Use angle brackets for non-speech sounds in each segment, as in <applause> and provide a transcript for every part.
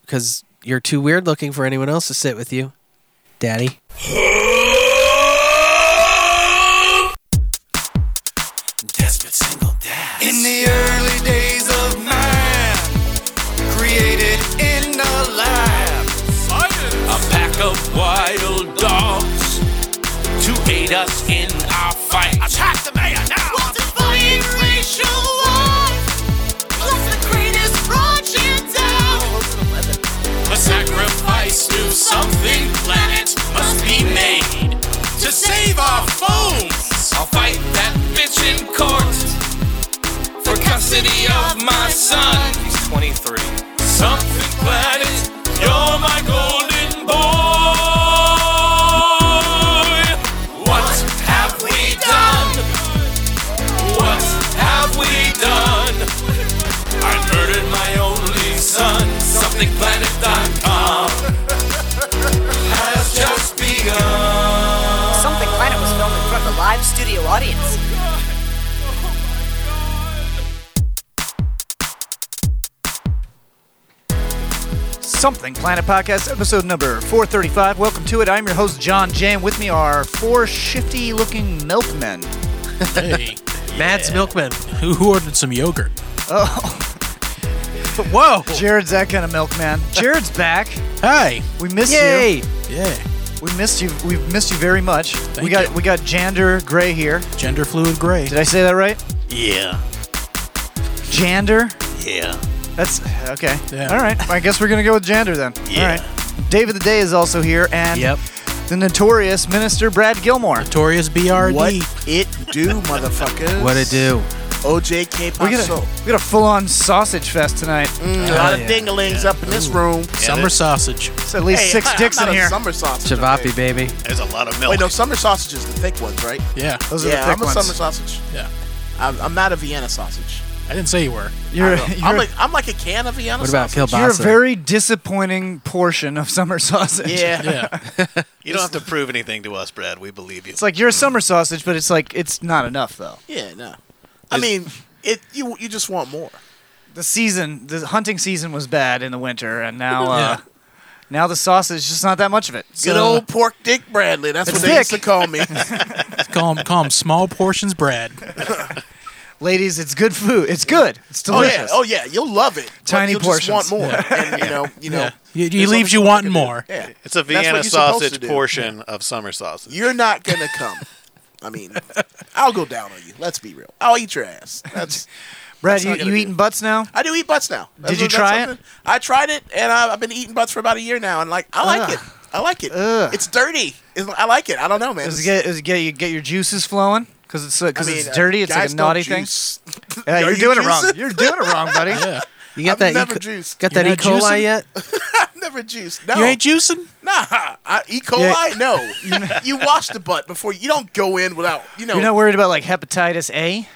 because you're too weird looking for anyone else to sit with you, Daddy. Desperate single dad. In the early days of man, created in the lab, A pack of wild dogs to aid us in our fight. Attack the mayor now! A sacrifice to something planet must be made to save our phones. I'll fight that bitch in court for custody of my son. He's 23. Something planet, you're my golden boy. What have we done? What have we done? I murdered my only son. SomethingPlanet.com has just begun. Something Planet was filmed in front of a live studio audience. Something Planet Podcast, episode number 435. Welcome to it. I'm your host, John Jam. With me are four shifty looking milkmen. Hey, Mads Milkman. who, who ordered some yogurt? Oh. Whoa. <laughs> Jared's that kind of milkman. Jared's back. Hi. We missed Yay! you. Yeah. We missed you. We've missed you very much. we got you. we got Jander Gray here. Gender fluid gray. Did I say that right? Yeah. Jander? Yeah. That's okay. Yeah. All right. I guess we're gonna go with Jander then. Yeah. All right. Dave of the Day is also here and Yep. the notorious minister Brad Gilmore. Notorious BRD. What it do, motherfuckers? What it do? OJK Pop We got, Soul. a, we got a full-on sausage fest tonight. Mm, a lot of yeah. dinglings up in this room. Summer sausage. It's at least Hey, six I'm dicks not in a here. Summer sausage. okay? Chavapi, baby. There's a lot of milk. Wait, no, summer sausage is the thick ones, right? Yeah. Those are yeah, the thick I'm a ones. summer sausage. Yeah. I'm, I'm not a Vienna sausage. I didn't say you were. You're, <laughs> I don't know. you're, I'm like I'm like a can of Vienna What about sausage. Kielbasa? you're a very disappointing portion of summer <laughs> sausage. Yeah. Yeah. You don't have to prove anything to us, Brad. We believe you. It's like you're a summer sausage, but it's like it's not enough though. Yeah, no. I mean, it you you just want more. The season, the hunting season was bad in the winter, and <laughs> now uh, now the sausage is just not that much of it. Good old pork dick Bradley. That's It's what they used to thick. <laughs> call me. Oh, call them call 'em small portions Brad. Ladies, it's good food. It's good. It's oh yeah, delicious. oh yeah, you'll love it. but Tiny you'll just portions. want more, and you know, you know, Yeah. He- he there's leaves other you stuff wanting can do. more. Yeah, it's a That's what Vienna you're supposed sausage to do. portion of summer <laughs> sausage. You're not gonna come. I mean, I'll go down on you. Let's be real. I'll eat your ass. <laughs> That's. Brad, that's you, not gonna you do. eating butts now? I do eat butts now. Did you try it? something- I tried it, and I, I've been eating butts for about a year now, and like I like Ugh. it. I like it. Ugh. It's dirty. It's- I like it. I don't know, man. Does it It's- get, does it get you get your juices flowing? Because it's I because mean, it's uh, dirty. It's like guys a don't naughty thing. juice. <laughs> Yeah, Are you're you doing it wrong. juicing? <laughs> You're doing it wrong, buddy. Yeah. You got I've that? never e- Co- juiced. got You're that E. not coli juicing? yet? I've never juiced. No, You ain't juicing? nah. I, e. coli. <laughs> No, you wash the butt before you don't go in without. You know, You're not worried about like hepatitis A?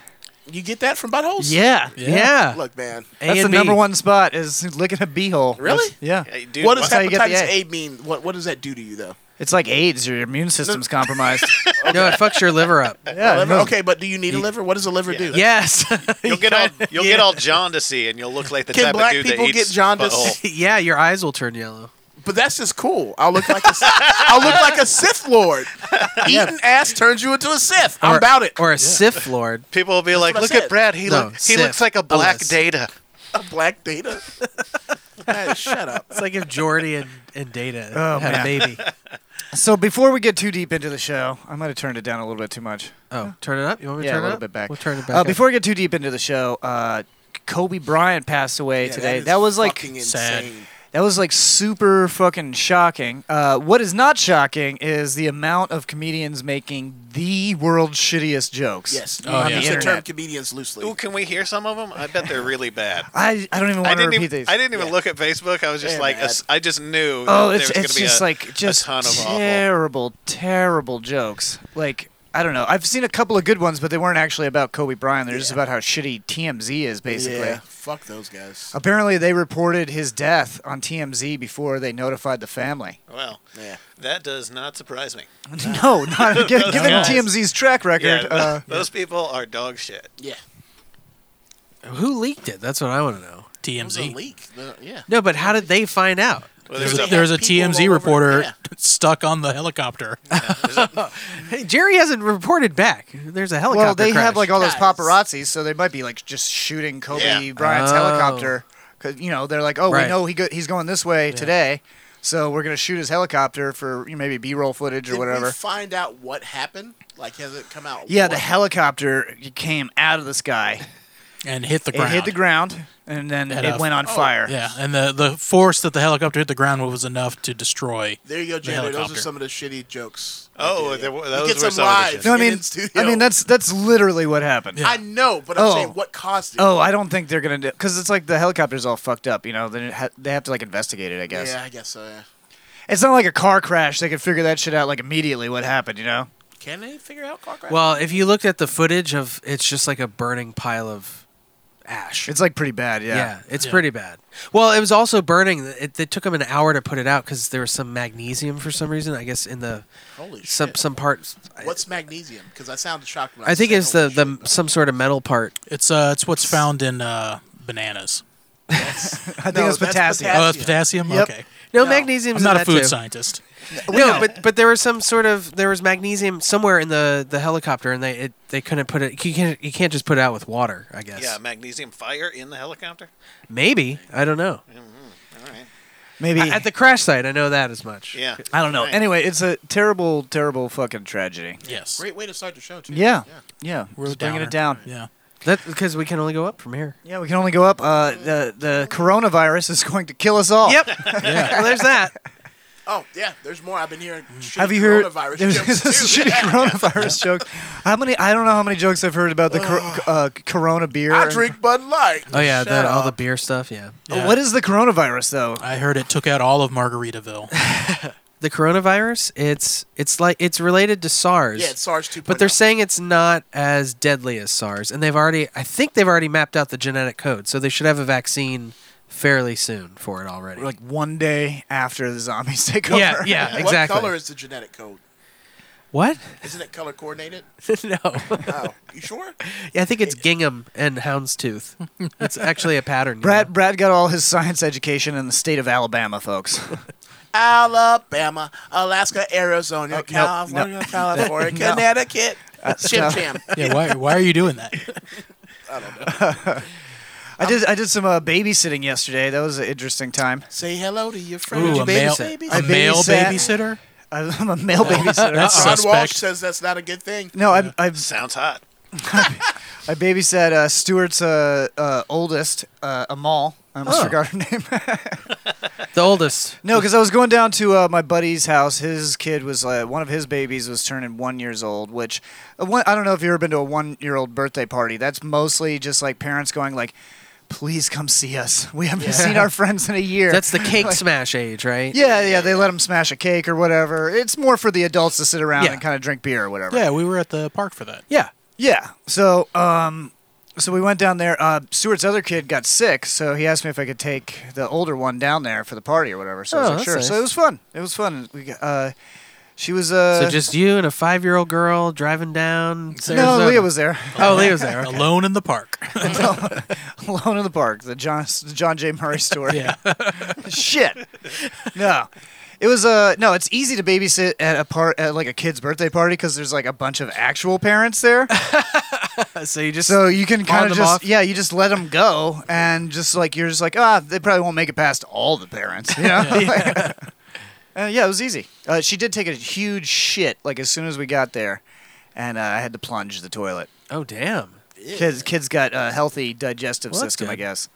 you get that from buttholes. Yeah. Yeah. Yeah. Look, man. A That's the and B. number one spot is licking a beehole. Really? That's- yeah. Hey, dude, what does how you get the hepatitis A. A mean? What What does that do to you though? It's like AIDS. Your immune system's compromised. No, it fucks your liver <laughs> up. yeah. Liver? no- Okay, but do you need a liver? What does a liver do? Yes. <laughs> you'll get all you'll get all jaundicey and you'll look like the Can type black of dude people that get eats jaundice? butthole. yeah, your eyes will turn yellow. But that's just cool. I'll look like a, <laughs> I'll look like a Sith <laughs> Lord. Eating ass turns you into a Sith. I'm Or- about it. Or a Sith Lord. People will be like, what I "Look at said. Brad. He No, look, he Sith. looks like a black Unless- data." a <laughs> black data. <laughs> Man, shut up. It's like if Jordy and, and Data Oh, had man. a baby. So before we get too deep into the show, I might have turned it down a little bit too much. <laughs> Oh, turn it up. You want me to yeah, turn a it little up? bit back. We'll turn it back. Uh, up. Before we get too deep into the show, uh, Kobe Bryant passed away Yeah, today. is That, was like fucking sad. insane. that was like super fucking shocking. Uh, what is not shocking is the amount of comedians making the world's shittiest jokes. Yes, Oh, I'm yeah. using the term Internet. comedians loosely. Ooh, can we hear some of them? I bet they're really bad. I, <laughs> I don't even I want to didn't repeat even these. I didn't even look at Facebook. I was just They're like, bad. ass- I just knew. Oh, that it's there was it's gonna be just a- like just a ton of awful. terrible, terrible jokes. Like I don't know. I've seen a couple of good ones, but they weren't actually about Kobe Bryant. They're just about how shitty TMZ is, basically. yeah, fuck those guys. Apparently, they reported his death on TMZ before they notified the <laughs> family. Well, Yeah. that does not surprise me. No, not gi- <laughs> given guys. TMZ's track record. Yeah, uh, <laughs> those people are dog shit. Yeah, Who leaked it? That's what I want to know. It was a TMZ. leak. The- yeah. No, but how did they find out? Well, There's there's a, a, there's a people TMZ all over- reporter yeah. <laughs> stuck on the helicopter. Hey, Jerry hasn't reported back. There's a helicopter Well, they crash. have like all those Guys. paparazzis, so they might be like just shooting Kobe Yeah. Bryant's Oh. helicopter. 'Cause, you know they're like, oh, Right. we know he go- he's going this way today, so we're gonna shoot his helicopter for you know, maybe B-roll footage or Did whatever. we find out what happened? Like, has it come out? yeah, what- the helicopter came out of the sky. and hit the It ground. hit the ground, and then Had it a- went Oh, on fire. Yeah, and the, the force that the helicopter hit the ground with was enough to destroy. There you go, Jander. Those are helicopter. some of the shitty jokes. Oh, there were- those get were some some of the lives shitty- No, I in mean, studio. I mean that's that's literally what happened. I know, but I'm Oh. saying what caused it. Oh, I don't think they're gonna do because it's like the helicopter's all fucked up. You know, they ha- they have to like investigate it. I guess yeah, I guess uh, so. Yeah. it's not like a car crash. They could figure that shit out like immediately. What happened? You know? Can they figure out car crash? Well, if you looked at the footage of, it's just like a burning pile of ash. It's like pretty bad, yeah. yeah. it's Yeah. pretty bad. Well, it was also burning. It, it took them an hour to put it out because there was some magnesium for some reason. I guess in the Holy some shit. some parts. I- What's magnesium? Because I sounded shocked. When I, I think said it's the, holy the some sort of metal part. It's uh, it's what's found in uh, bananas. <laughs> I think No, it's that's potassium. Oh, that's Potassium. potassium. Yep. Okay, No, No. magnesium's I'm in not a that food too. scientist. No, but but there was some sort of there was magnesium somewhere in the, the helicopter, and they it, they couldn't put it. You can't you can't just put it out with water. I guess. yeah, magnesium fire in the helicopter. Maybe I don't know. All right. Maybe. At the crash site, I know that as much. Yeah. I don't know. Right. Anyway, it's a terrible, terrible fucking tragedy. Yes. Great way to start the show too. Yeah. Yeah. We're Just bringing it down. downer. Yeah. That because we can only go up from here. Yeah, we can only go up. Uh, the the coronavirus is going to kill us all. <laughs> Yep. well, there's that. Oh yeah, there's more. I've been hearing. shitty Have you heard? <laughs> coronavirus There's jokes, a too. shitty coronavirus joke. How many? I don't know how many jokes I've heard about the cor- uh, Corona beer. I drink Bud Light. Oh yeah, Shut that all the up. beer stuff. Yeah. Yeah. Uh, What is the coronavirus though? I heard it took out all of Margaritaville. the coronavirus it's it's like it's related to SARS. Yeah, it's SARS 2.0. But they're saying it's not as deadly as SARS and they've already I think they've already mapped out the genetic code so they should have a vaccine fairly soon for it already. Like one day after the zombies <laughs> take over. yeah, yeah, oh. what exactly. color is the genetic code? what? Isn't it color coordinated? no. Oh, you sure? Yeah, I think it's gingham and houndstooth. It's actually a pattern. you Brad know. Brad got all his science education in the state of Alabama, folks. Alabama, Alaska, Arizona, nope, California, California, Connecticut. Chim no. cham. <laughs> yeah. Why, why are you doing that? I did. I did some uh, babysitting yesterday. That was an interesting time. <laughs> Say hello to your friend. Ooh, a male, babysit? a I male babysat. babysitter. I- I'm a male Uh-huh. babysitter. That's Ron Walsh suspect. says that's not a good thing. no, I, I, Sounds hot. I babysat uh, Stuart's uh, uh, oldest, uh, Amal. I almost Oh. forgot her <laughs> name. the oldest. no, because I was going down to uh, my buddy's house. His kid was uh, one of his babies was turning one years old. Which uh, one, I don't know if you've ever been to a one year old birthday party. That's mostly just like parents going like, "Please come see us. We haven't seen our friends in a year." That's the cake smash age, right? Yeah, yeah, they let them smash a cake or whatever. It's more for the adults to sit around Yeah. and kind of drink beer or whatever. Yeah, we were at the park for that. Yeah. Yeah. So, um, so we went down there. Uh, Stuart's other kid got sick, so he asked me if I could take the older one down there for the party or whatever. So I Oh, was like, that's sure. So nice. it was fun. It was fun. We got, uh, she was uh, So just you and a 5-year-old girl driving down no, Arizona. Leah was there <laughs> Oh, Leah was there. okay. Alone in the park. <laughs> alone in the park. The John the John <laughs> J. Murray story. yeah. <laughs> Shit. No. It was uh, no. It's easy to babysit at a part at like a kid's birthday party because there's like a bunch of actual parents there. Uh, So you just So you can Farm kind of them just off? yeah, you just let them go, and just like you're just like ah, they probably won't make it past all the parents. <laughs> You know? yeah. <laughs> uh, yeah, it was easy. Uh, she did take a huge shit like as soon as we got there, and uh, I had to plunge the toilet. Oh damn. Kids, kids got a healthy digestive Well, that's system, I good. guess.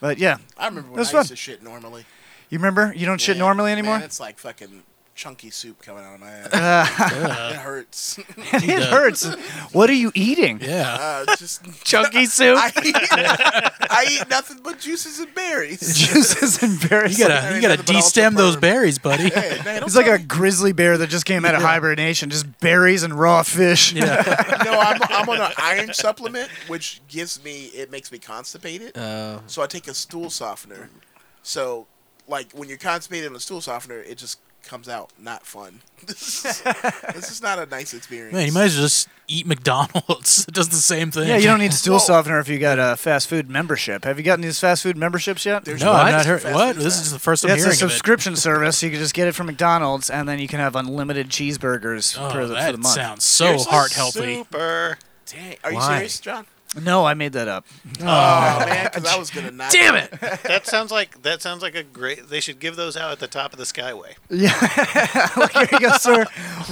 But yeah, I remember when I That's used fun. to shit normally. you remember you don't shit Yeah, normally man, anymore. it's like fucking chunky soup coming out of <laughs> my ass. it hurts. <laughs> it hurts. what are you eating? <laughs> Yeah. uh, just Chunky soup. I eat, I eat nothing but juices and <laughs> berries. Juices and berries. You gotta you ain't gotta nothing but ultra de-stem those perm. berries, buddy. Hey, man, don't It's like tell a grizzly bear that just came out of hibernation, just berries and raw fish. Yeah. me- no, I'm, I'm on an iron supplement, which gives me it makes me constipated. Oh. So I take a stool softener. So, like when you're constipated on a stool softener, <laughs> it just comes out not fun. this is not a nice experience. Man, you might as well just eat McDonald's. <laughs> It does the same thing. Yeah, you don't <laughs> need stool softener if you got a fast food membership. Have you gotten these fast food memberships yet? No, What? I've not heard. Fast What? food This is the first I'm That's a hearing of it. subscription service. You can just get it from McDonald's, and then you can have unlimited cheeseburgers Oh, for, the, for that the month. sounds so Seriously? heart healthy. Super. Dang, are you Why? serious, John? No, I made that up. Oh, man, because I was gonna knock. Damn it! That sounds like that sounds like a great. They should give those out at the top of the Skyway. <laughs> Here you go, sir.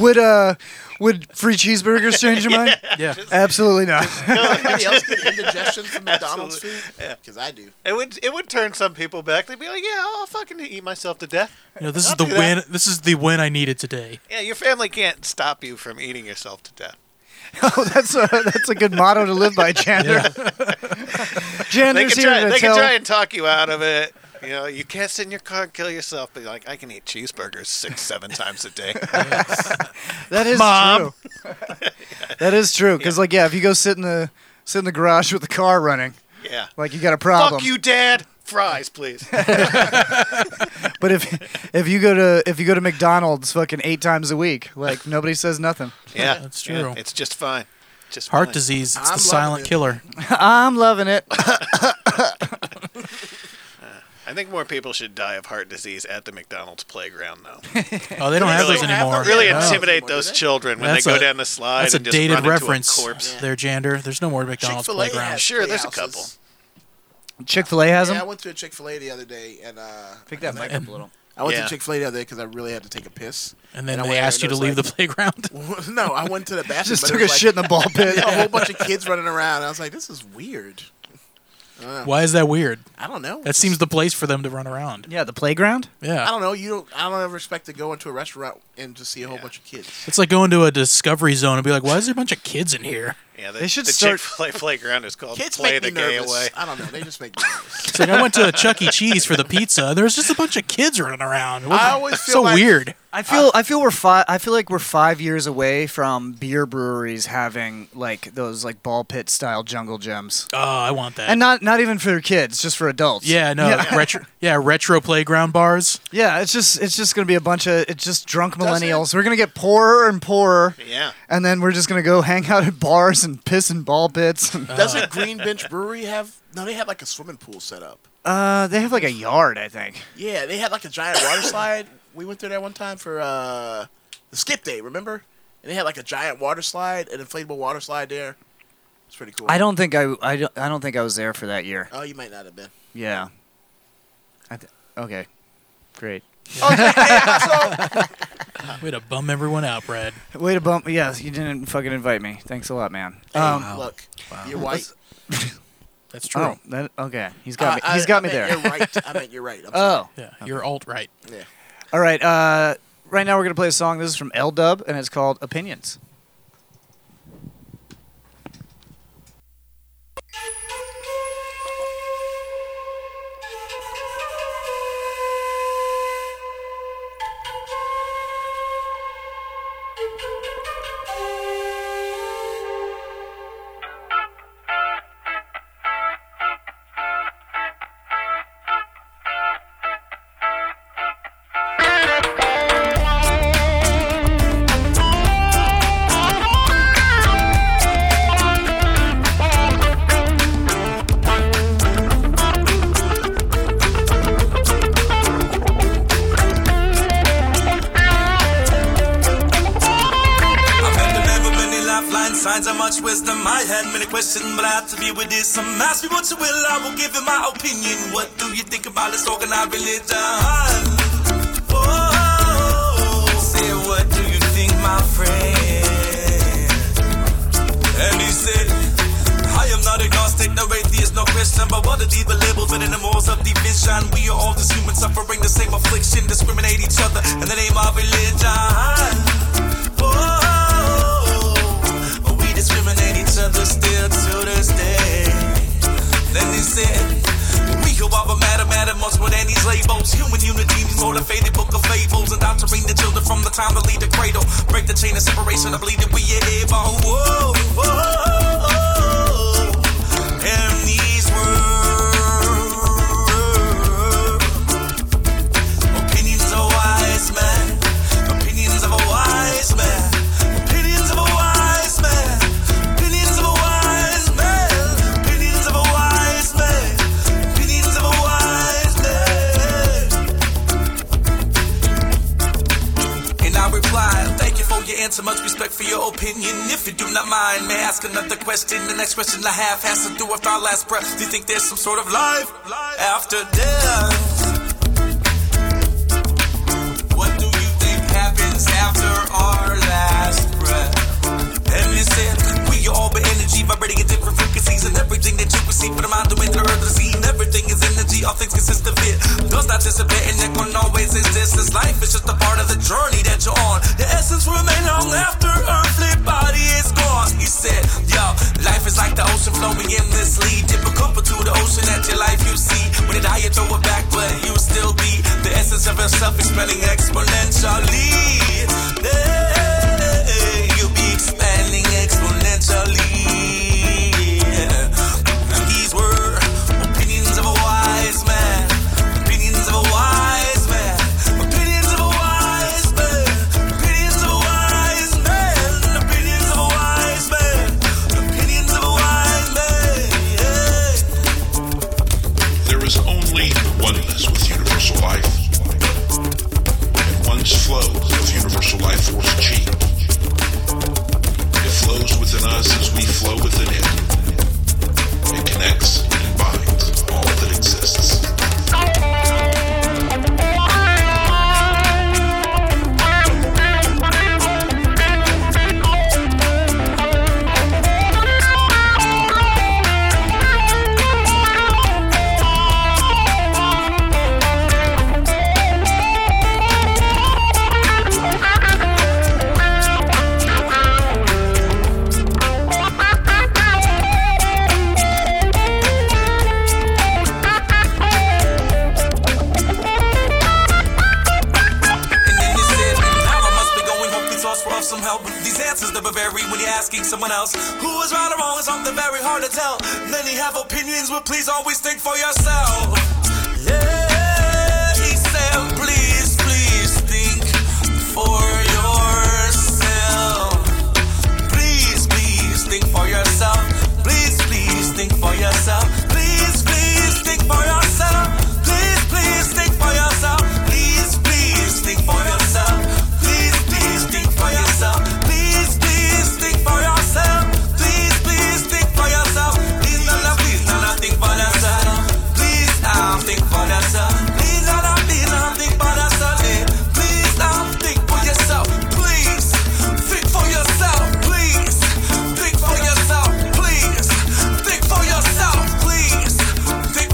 Would uh, would free cheeseburgers change your <laughs> mind? Yeah. Absolutely not. <laughs> <laughs> Anybody else get indigestion <laughs> from McDonald's food? Because I do. It would it would turn some people back. They'd be like, "Yeah, I'll fucking eat myself to death." You know, this I'll is the do that. win. This is the win I needed today. Yeah, your family can't stop you from eating yourself to death. oh, that's a that's a good motto to live by, Jander. <laughs> They Jander's can here try. to They can tell. try and talk you out of it. You know, you can't sit in your car and kill yourself, but you're like, I can eat cheeseburgers six, seven times a <laughs> day. That is true. Mom. <laughs> that is true. Because like, yeah, if you go sit in the sit in the garage with the car running, Yeah. like you got a problem. Fuck you, Dad. <laughs> Fries, please. But if if you go to if you go to McDonald's fucking eight times a week, like nobody says nothing. Yeah, That's yeah, true. it's just fine. Just Heart fine. disease. It's I'm the loving silent it. killer. I'm loving it. I think more people should die of heart disease at the McDonald's playground, though. Oh, they don't have Really- those anymore. Really No. intimidate What do those they? children when That's they go a- down the slide. That's a and just dated run reference. Into a corpse. There, Jander. There's no more McDonald's Chick-fil-A playground. has Sure, there's a playhouses. couple. Chick Fil A has Yeah, I them. went to a Chick Fil A the other day, and uh, Pick that mic up a little. I went Yeah. to Chick Fil A the other day because I really had to take a piss. And then I they went there asked you and to it leave was the playground. like- <laughs> no, I went to the bathroom. Just but it took a was like- shit in the ball <laughs> pit. a <laughs> whole bunch of kids running around. and I was like, this is weird. Why is that weird? I don't know. That seems the place for them to run around. Yeah, the playground. Yeah. I don't know. You don't. I don't ever expect to go into a restaurant and just see a whole bunch of kids. It's like going to a discovery zone and be like, why is there a bunch of kids in here? Yeah, the, They should the start- Chick-fil-A playground is called Kids Play make the me Gay nervous. Away. I don't know. They <laughs> just make me nervous. It's like I went to a Chuck E. Cheese for the pizza. and There was just a bunch of kids running around. It was I always feel so like- weird. I feel I feel we're five. I feel like we're five years away from beer breweries having like those like ball pit style jungle gyms, Oh, I want that. and not not even for kids, just for adults. yeah, no, Yeah, <laughs> retro. Yeah, retro playground bars. yeah, it's just it's just gonna be a bunch of it's just drunk millennials. We're gonna get poorer and poorer. Yeah. And then we're just gonna go hang out at bars and piss in ball pits. And, Uh, Doesn't Green Bench Brewery have? No, they had like a swimming pool set up. uh, they have like a yard, I think. Yeah, they had like a giant water slide. We went through there one time for uh, the skip day. Remember? And they had like a giant water slide, an inflatable water slide there. It's pretty cool. I don't think I, I, don't, I don't think I was there for that year. Oh, you might not have been. Yeah. I th- okay. Great. Way to bum everyone out, Brad. Way to bump. Yeah, you didn't fucking invite me. Thanks a lot, man. Um, Hey, look, you're white. That's true. oh, that, okay. He's got me. Uh, I- He's got I me meant there. You're right. I meant you're right. I'm sorry. <laughs> Oh. Yeah, you're alt right. Yeah. All right. Uh, right now we're gonna play a song. This is from L Dub, and it's called Opinions. I've had to never many lifeline signs and much wisdom. I had many questions, but I have to be with this. Some ask me what you will, I will give you my opinion. What do you think about this organized religion? Oh, say what do you think, my friend? And he said, I am not agnostic, no atheist, no Christian, but what are these the labels within the morals of division? We are all just humans suffering the same affliction, discriminate each other in the name of religion. Oh, but we discriminate each other still to this day. Then he said, We go over matter, matter much more than these labels. Human unity is motivated, book of fables. Indoctrinate the children from the time to lead the cradle. Break the chain of separation, I believe that we are able. Whoa, whoa. And these words Opinions of a wise man. Opinions of a wise man. Opinions of a wise man. understand. So much respect for your opinion. If you do not mind, may I ask another question? The next question I have has to do with our last breath. Do you think there's some sort of life after death? What do you think happens after our last breath? And listen, we are all but energy vibrating at different frequencies, and everything that you receive from the mind, the wind, the earth, the sea, and everything is energy. All things consist of it. Does not dissipate, and it can always exist. This life is just a part of the journey that you're on. The essence will remain long after earthly body is gone. He said, Yo, life is like the ocean flowing endlessly. Dip a cup into the ocean that your life you see. When it die, you throw it back, but you still be the essence of yourself expanding exponentially. Hey, you'll be expanding exponentially. And these were opinions of a wise man. Opinions of a wise man. Opinions of a wise man. Opinions of a wise man. Opinions of a wise man. Opinions of a wise man. Yeah. There is only oneness with universal life. And one's flow of universal life force chi. It flows within us as we flow within it. It connects and binds all that exists. And then you said, now I must be going home. Please ask for some help. These answers never vary when you're asking someone else. Who is right or wrong is something very hard to tell. Many have opinions, but please always think for yourself. Yeah, he said, please, please think for yourself. Please, please think for yourself. Please, please think for yourself. Please, please think for yourself. Please, please think for yourself. Please, please think for yourself. Please, please think for yourself. Please, please think for yourself. Please, please think for yourself. Please, no, no, please, no, no, think for yourself. Please, um, think for yourself. Please, no, no, please, no, no, think for yourself. Yeah. Please, um, think for yourself. Please, think for yourself. Please, think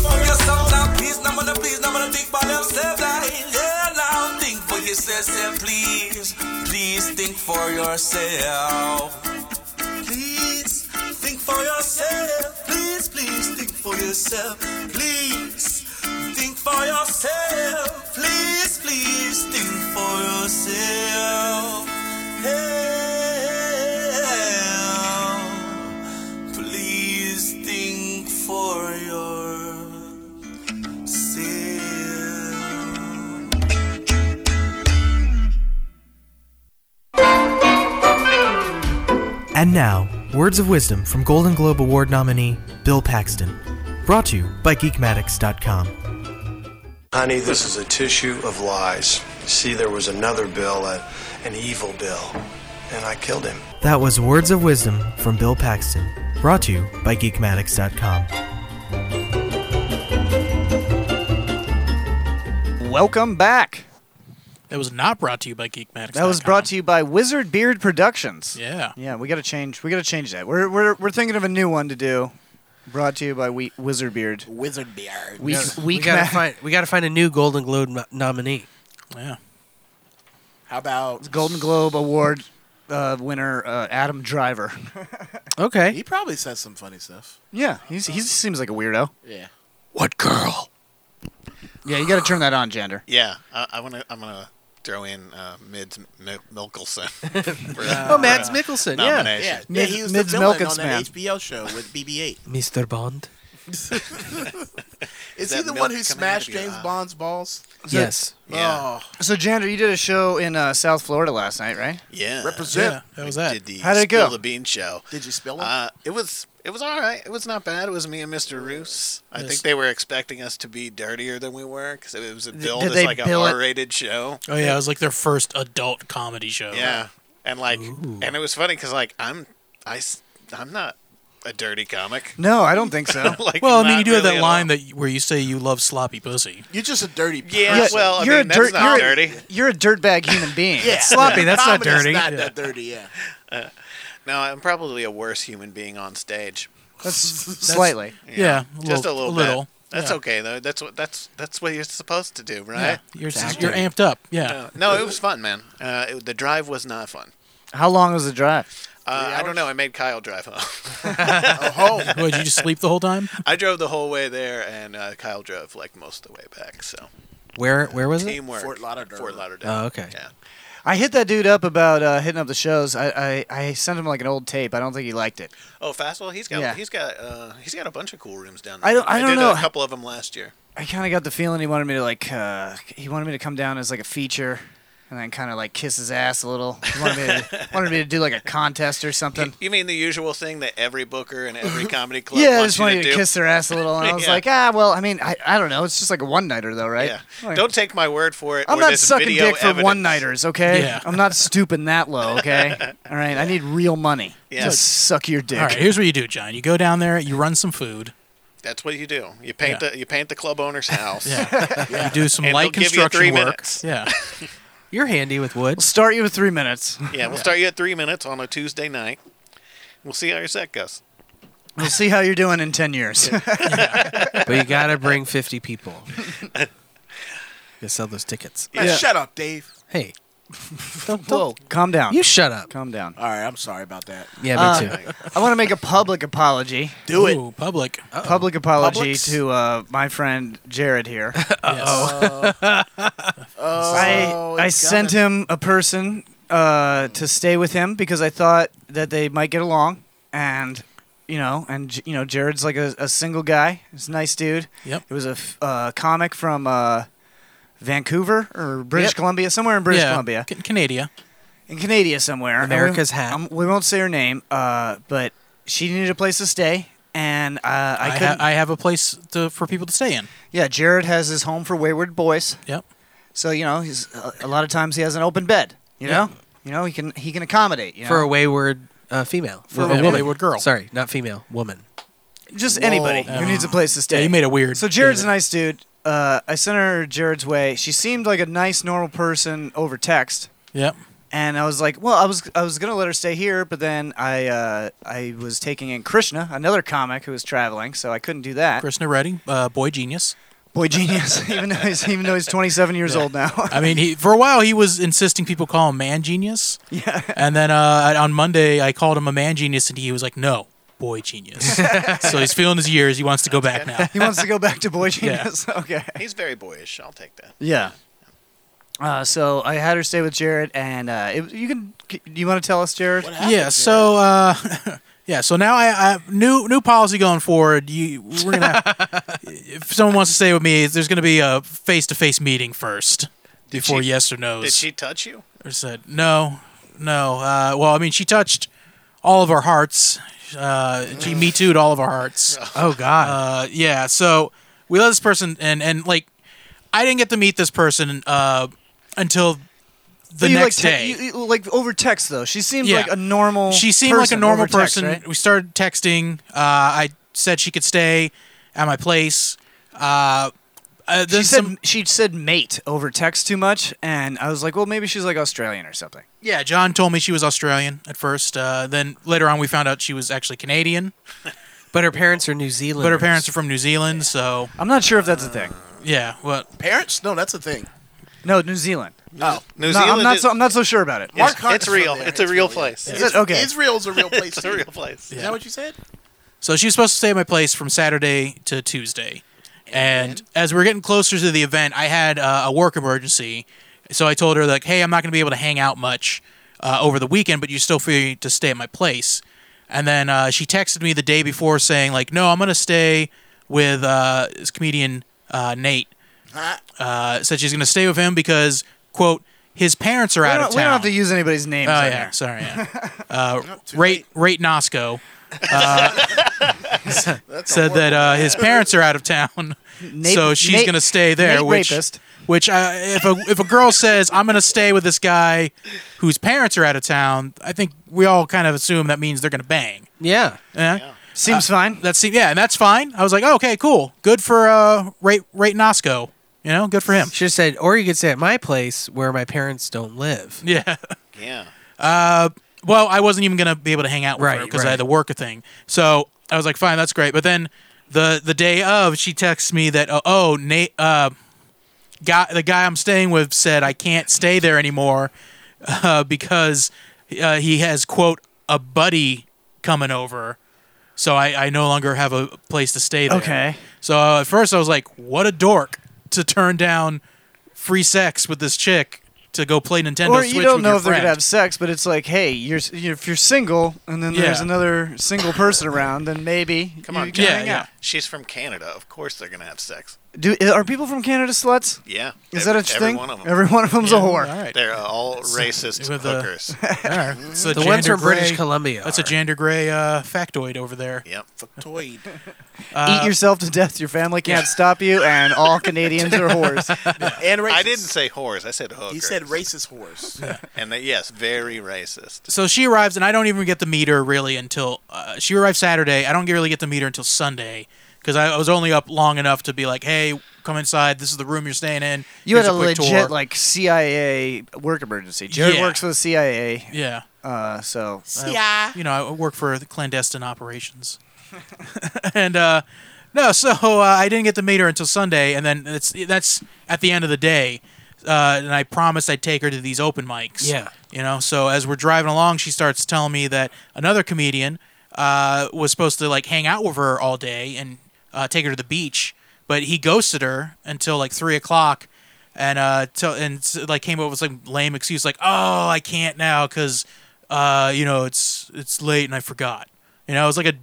for yourself. Please, think for yourself. Please, think for yourself. Now, please, no, no, please, no, no, think for yourself. Now, yeah, now, think for yourself. Please, please, think for yourself. Please think for yourself. Please, please think for yourself. Please think for yourself. Please, please think for yourself. Hell. Please think for yourself. And now, words of wisdom from Golden Globe Award nominee Bill Paxton. Brought to you by Geekmatics.com. Honey, this is a tissue of lies. See, there was another Bill, a, an evil Bill, and I killed him. That was words of wisdom from Bill Paxton. Brought to you by Geekmatics.com. Welcome back. That was not brought to you by Geekmatics. That was brought to you by Wizard Beard Productions. Yeah. Yeah, we got to change. We got to change that. We're, we're we're thinking of a new one to do. Brought to you by we- Wizard Beard. Wizard Beard. Week, Yes. week we gotta ma- find we gotta find a new Golden Globe no- nominee. Yeah. How about Golden Globe Award uh, winner uh, Adam Driver. Okay. He probably says some funny stuff. <laughs> Yeah, he's, he seems like a weirdo. Yeah. What girl? Yeah, you got to turn that on, Jander. Yeah, I, I wanna, I'm gonna throw in uh, Mids M- <laughs> Mickelson. for- Oh, Mads Mikkelsen, yeah. Yeah, nomination. yeah Mids- he was Mids the villain Milkins on that man. HBO show with <laughs> BB-8. Mr. Bond. Is he that the one who milk coming out of smashed your James eye? Bond's balls? Yes. Yeah, Oh, So, Jander, you did a show in uh, South Florida last night, right? yeah. Yeah. That was that. Did the How'd it Spill go? The bean show. did you spill him? Uh, it was it was all right. It was not bad. It was me and Mr. Roos. I Yes. think they were expecting us to be dirtier than we were because it was a build did as they like a bill it- R-rated show. Oh yeah, it was like their first adult comedy show. Yeah, and like, and it was funny because like I'm I am not a dirty comic. <laughs> No, I don't think so. like, well, I mean, not you do have really that at line that where you say you love sloppy pussy. You're just a dirty. Yeah, Yeah, well, I you're mean, a that's dirt, not you're dirty. A, you're a dirtbag human <laughs> being. It's Comedy's Not that dirty. Yeah. Uh, no, I'm probably a worse human being on stage. That's- slightly. yeah, a just a little- little, a little, bit. That's yeah. okay though. That's what that's that's what you're supposed to do, right? Yeah, you're s- you're amped up. Yeah. Uh, no, it was fun, man. Uh, it, the drive was not fun. How long was the drive? Uh, I don't know. I made Kyle drive home. <laughs> home. <laughs> What, did you just sleep the whole time? I drove the whole way there, and uh, Kyle drove like most of the way back. So Where where was it? teamwork. Fort Lauderdale. Fort Lauderdale. Oh, okay. I hit that dude up about uh, hitting up the shows. I, I I sent him like an old tape. I don't think he liked it. Oh, Fastwell. He's got Yeah. he's got uh, he's got a bunch of cool rooms down there. I don't- I don't did know. a couple of them last year. I kind of got the feeling he wanted me to like uh, he wanted me to come down as like a feature, and then kind of like kiss his ass a little. He wanted me <laughs> to, wanted me to do like a contest or something. You mean the usual thing that every booker and every comedy <laughs> club yeah, I wants just wanted you you to to do? kiss their ass a little, and I was <laughs> Yeah. like, ah, well, I mean, I, I don't know. It's just like a one nighter though, right? Yeah. Don't take my word for it. I'm or not there's sucking video dick for evidence. one nighters, okay? Yeah. I'm not stooping that <laughs> low, okay? All right, I need real money. Yeah. Just suck your dick. All right, here's what you do, John. You go down there, you run some <laughs> food, That's what you do. You paint Yeah. the you paint the <laughs> club owner's house. Yeah. You do some And light they'll give you construction three work. minutes. <laughs> Yeah. You're handy with wood. We'll start you with three minutes. Yeah, we'll start you at three minutes on a Tuesday night. We'll see how your set goes. We'll see how you're doing in ten years. but you gotta bring fifty people. <laughs> You sell those tickets. Man, Shut up, Dave. Hey. <laughs> Whoa, calm down. You shut up. Calm down. Uh, All right, I'm sorry about that. Yeah, me too. I want to make a public apology. Do it. Ooh, public. Uh, Public apology Publix? to uh, my friend Jared <laughs> here. Uh-oh. Oh, I, I sent him a person uh, to stay with him because I thought that they might get along, and you know, and J- you know, Jared's like a, a single guy. He's a nice dude. Yep. It was a f- uh, comic from uh, Vancouver or British Yep. Columbia, somewhere in British Yeah, Columbia, Ca- Canada. in Canada somewhere. And we- America's hat. um, we won't say her name, uh, but she needed a place to stay, and uh, I, I, ha- couldn't. I have a place to, for people to stay in. Yeah, Jared has his home for wayward boys. Yep. So you know, he's a, a lot of times he has an open bed. You know, you know he can he can accommodate. You For know? a wayward uh, female. For a Woman. wayward Wayward girl. Sorry, not female. Woman. just anybody Whoa. who needs a place to stay. Yeah, you made it weird. So Jared's a nice dude. Uh, I sent her Jared's way. She seemed like a nice, normal person over text. Yep. And I was like, well, I was I was gonna let her stay here, but then I uh, I was taking in Krishna, another comic who was traveling, so I couldn't do that. Krishna Redding, uh, boy genius. Boy genius, <laughs> even though he's even though he's 27 years old now. <laughs> I mean, he for a while he was insisting people call him man genius. Yeah. And then uh, on Monday I called him a man genius, and he was like, "No, boy <laughs> genius." so he's feeling his years. He wants to go back now. he wants to go back to <laughs> boy genius. <laughs> Okay. He's very boyish. I'll take that. Yeah. Uh, so I had her stay with Jared, and uh, it, you can. c- You want to tell us, Jared? Yeah. So uh, <laughs> yeah. So now I, I new new policy going forward. You we're gonna <laughs> if someone wants to stay with me, there's gonna be a face to face meeting first before she- yes or no's. Did she touch you? or said no, no. Uh, well, I mean, she touched all of our hearts. Uh, she me too'd all of <laughs> our hearts. Oh God. Uh, yeah. So we let this person and and like I didn't get to meet this person uh, until the you, next like, te- you- day. you, like over text though. She seemed Yeah. like a normal. She seemed like a person normal over text, person. right? We started texting. Uh, I said she could stay at my place. Uh, uh, She there's said some, she said mate over text too much, and I was like, well, maybe she's like Australian or something. yeah, John told me she was Australian at first. Uh, then later on, we found out she was actually Canadian. <laughs> But her parents are New Zealand. But her parents are from New Zealand, so I'm not sure if that's a thing. yeah. What? Parents? No, that's a thing. No, New Zealand. Oh, New No, Zealand I'm not. is- So, I'm not so sure about it. It's- Mark Hunt it's is from real. there. It's a real place. Is it okay? Israel's a real place. It's a real place. Is that what you said? So she was supposed to stay at my place from Saturday to Tuesday, and as we were getting closer to the event, I had uh, a work emergency, so I told her like, "Hey, I'm not going to be able to hang out much uh, over the weekend, but you're still free to stay at my place." And then uh, she texted me the day before saying like, "No, I'm going to stay with uh, this comedian uh, Nate." Uh, said she's going to stay with him because quote his parents are We out don't, of town. we don't have to use anybody's Oh names. on yeah, here. sorry. Yeah. Uh, rate rate Nosco. uh, That's a <laughs> said that uh, his parents are out of town, Nate- so she's Nate- going to stay there. Nate which, rapist. which uh, if a if a girl says I'm going to stay with this guy whose parents are out of town, I think we all kind of assume that means they're going to bang. Yeah. Uh, Yeah. Seems fine. That's yeah, and that's fine. I was like, oh, okay, cool, good for uh, Ray Ray Nosco. You know, good for him. She said, or you could say at my place where my parents don't live. Yeah. Yeah. Uh, well, I wasn't even gonna be able to hang out with her Right, because I right. had to work a thing. So I was like, fine, that's great. But then the the day of, she texts me that oh, oh Nate, uh, guy, the guy I'm staying with said I can't stay there anymore uh, because uh, he has quote a buddy coming over. So I, I no longer have a place to stay there. Okay. So uh, at first I was like, what a dork to turn down free sex with this chick to go play Nintendo or Switch you don't with know your if they're friend. gonna have sex, but it's like, hey, you're, s- you're if you're single, and then there's Yeah. another single person around, then maybe Come on, you can Jack. hang out. She's from Canada. Of course they're going to have sex. Do uh, are people from Canada sluts? Yeah. Is Every- that a every thing? one of 'em. Every one of them's a whore. They're all So- racist with the- hookers. <laughs> All right. <laughs> It's a The ones Jander from British Gray- Columbia That's a Jander Gray uh, factoid over there. Yep. Factoid. Uh, Eat yourself to death. Your family can't stop you, and all Canadians are whores. <laughs> And I didn't say whores. I said hookers. He said racist whores. and they, yes, very racist. So she arrives, and I don't even get to meet her really until uh, she arrives Saturday. I don't really get to meet her until Sunday because I, I was only up long enough to be like, "Hey, come inside. This is the room you're staying in." You had Here's a, quick legit tour." like CIA work emergency. Jared Yeah. works for the CIA. Yeah. Uh, so I- you know, I work for the clandestine operations. <laughs> and uh, no, so uh, I didn't get to meet her until Sunday, and then it's that's at the end of the day. Uh, and I promised I'd take her to these open mics. Yeah. You know, so as we're driving along, she starts telling me that another comedian uh, was supposed to like hang out with her all day and uh, take her to the beach, but he ghosted her until like three o'clock, and uh, t- and s- like came up with some lame excuse like, "Oh, I can't now because uh, you know it's it's late and I forgot." You know, it was like a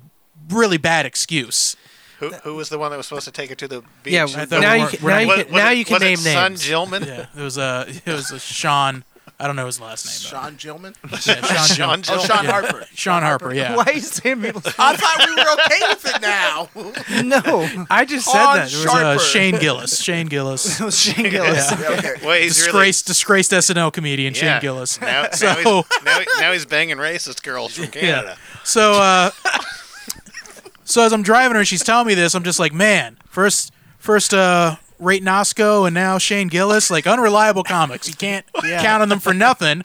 really bad excuse. Who, who was the one that was supposed to take her to the beach? Yeah, I thought now we you weren't- can- we're now not- you can- Was now it- you can was it name Son names. Gilman? Yeah, it was a <laughs> it was a Sean. I don't know his last name. Sean Gilman? Yeah, <laughs> Sean, Gilman. Oh, Sean Yeah. Harper. Sean Harper. Yeah. Why are you saying people? I thought we were okay with it <laughs> now. <laughs> no, I just said On that. It was uh, Shane Gillis. Shane Gillis. <laughs> It was Shane Gillis. Yeah. Okay. <laughs> Well, he's really- disgraced, disgraced SNL comedian Yeah. Shane Gillis. Now, <laughs> so now, he's, now, now he's banging racist girls <laughs> from Canada. So, uh, <laughs> so as I'm driving her, she's telling me this. I'm just like, man, first, first, uh, Ray Nosco and now Shane Gillis, like unreliable comics. You can't Yeah. count on them for nothing.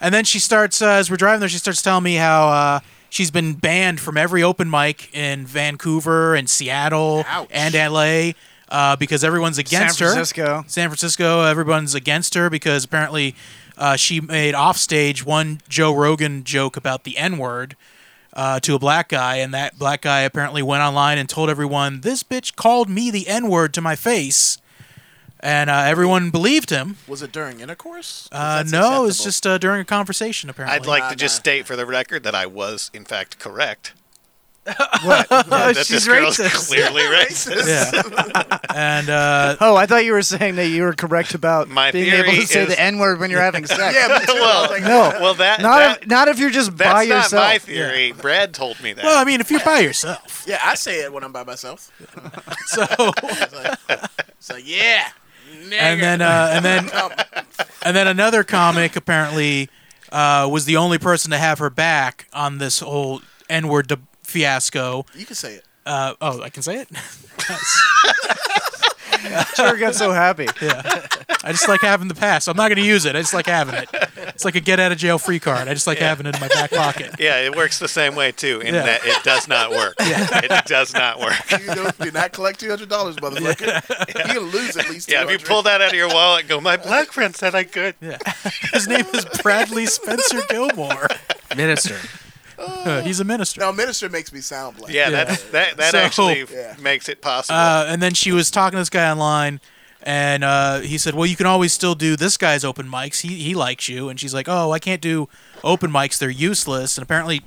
And then she starts, uh, as we're driving there, she starts telling me how uh, she's been banned from every open mic in Vancouver and Seattle and LA uh, because everyone's against San her. Francisco. San Francisco, everyone's against her because apparently uh, she made offstage one Joe Rogan joke about the N word uh, to a black guy, and that black guy apparently went online and told everyone, This bitch called me the N word to my face. And uh, everyone believed him. Was it during intercourse? Uh, no, it was just uh, during a conversation, apparently. I'd like to just state for the record that I was, in fact, correct. What? <laughs> <laughs> that this girl's <laughs> clearly racist. Yeah. and uh, oh, I thought you were saying that you were correct about My being able theory to say is- the N word when you're having sex. Yeah, me too. I was well, like, <laughs> no. <laughs> well, that- not that- if, not if you're just That's by not yourself. my theory. Brad told me that. Well, I mean, if you're by yourself. <laughs> Yeah, I say it when I'm by myself. So, so yeah. and then uh, and then and then another comic apparently uh, was the only person to have her back on this whole N word de- fiasco. You can say it. Uh, oh, I can say it. <laughs> Sure got so happy. Yeah. I just like having the pass. I'm not going to use it. I just like having it. It's like a get out of jail free card. I just like having it in my back pocket. Yeah, it works the same way too. In Yeah. that it does <laughs> not work. It does not work. <laughs> You don't, do not collect two hundred dollars, motherfucker. You lose at least. Yeah, if you pull that out of your wallet, and go. My black friend said I could. Yeah. His name is Bradley Spencer Gilmore. <laughs> Minister. He's a minister. No, minister makes me sound black. Yeah, that's that. That So- actually Yeah. makes it possible. Uh, and then she was talking to this guy online, and uh, he said, "Well, you can always still do this guy's open mics. He he likes you." And she's like, "Oh, I can't do open mics. They're useless." And apparently,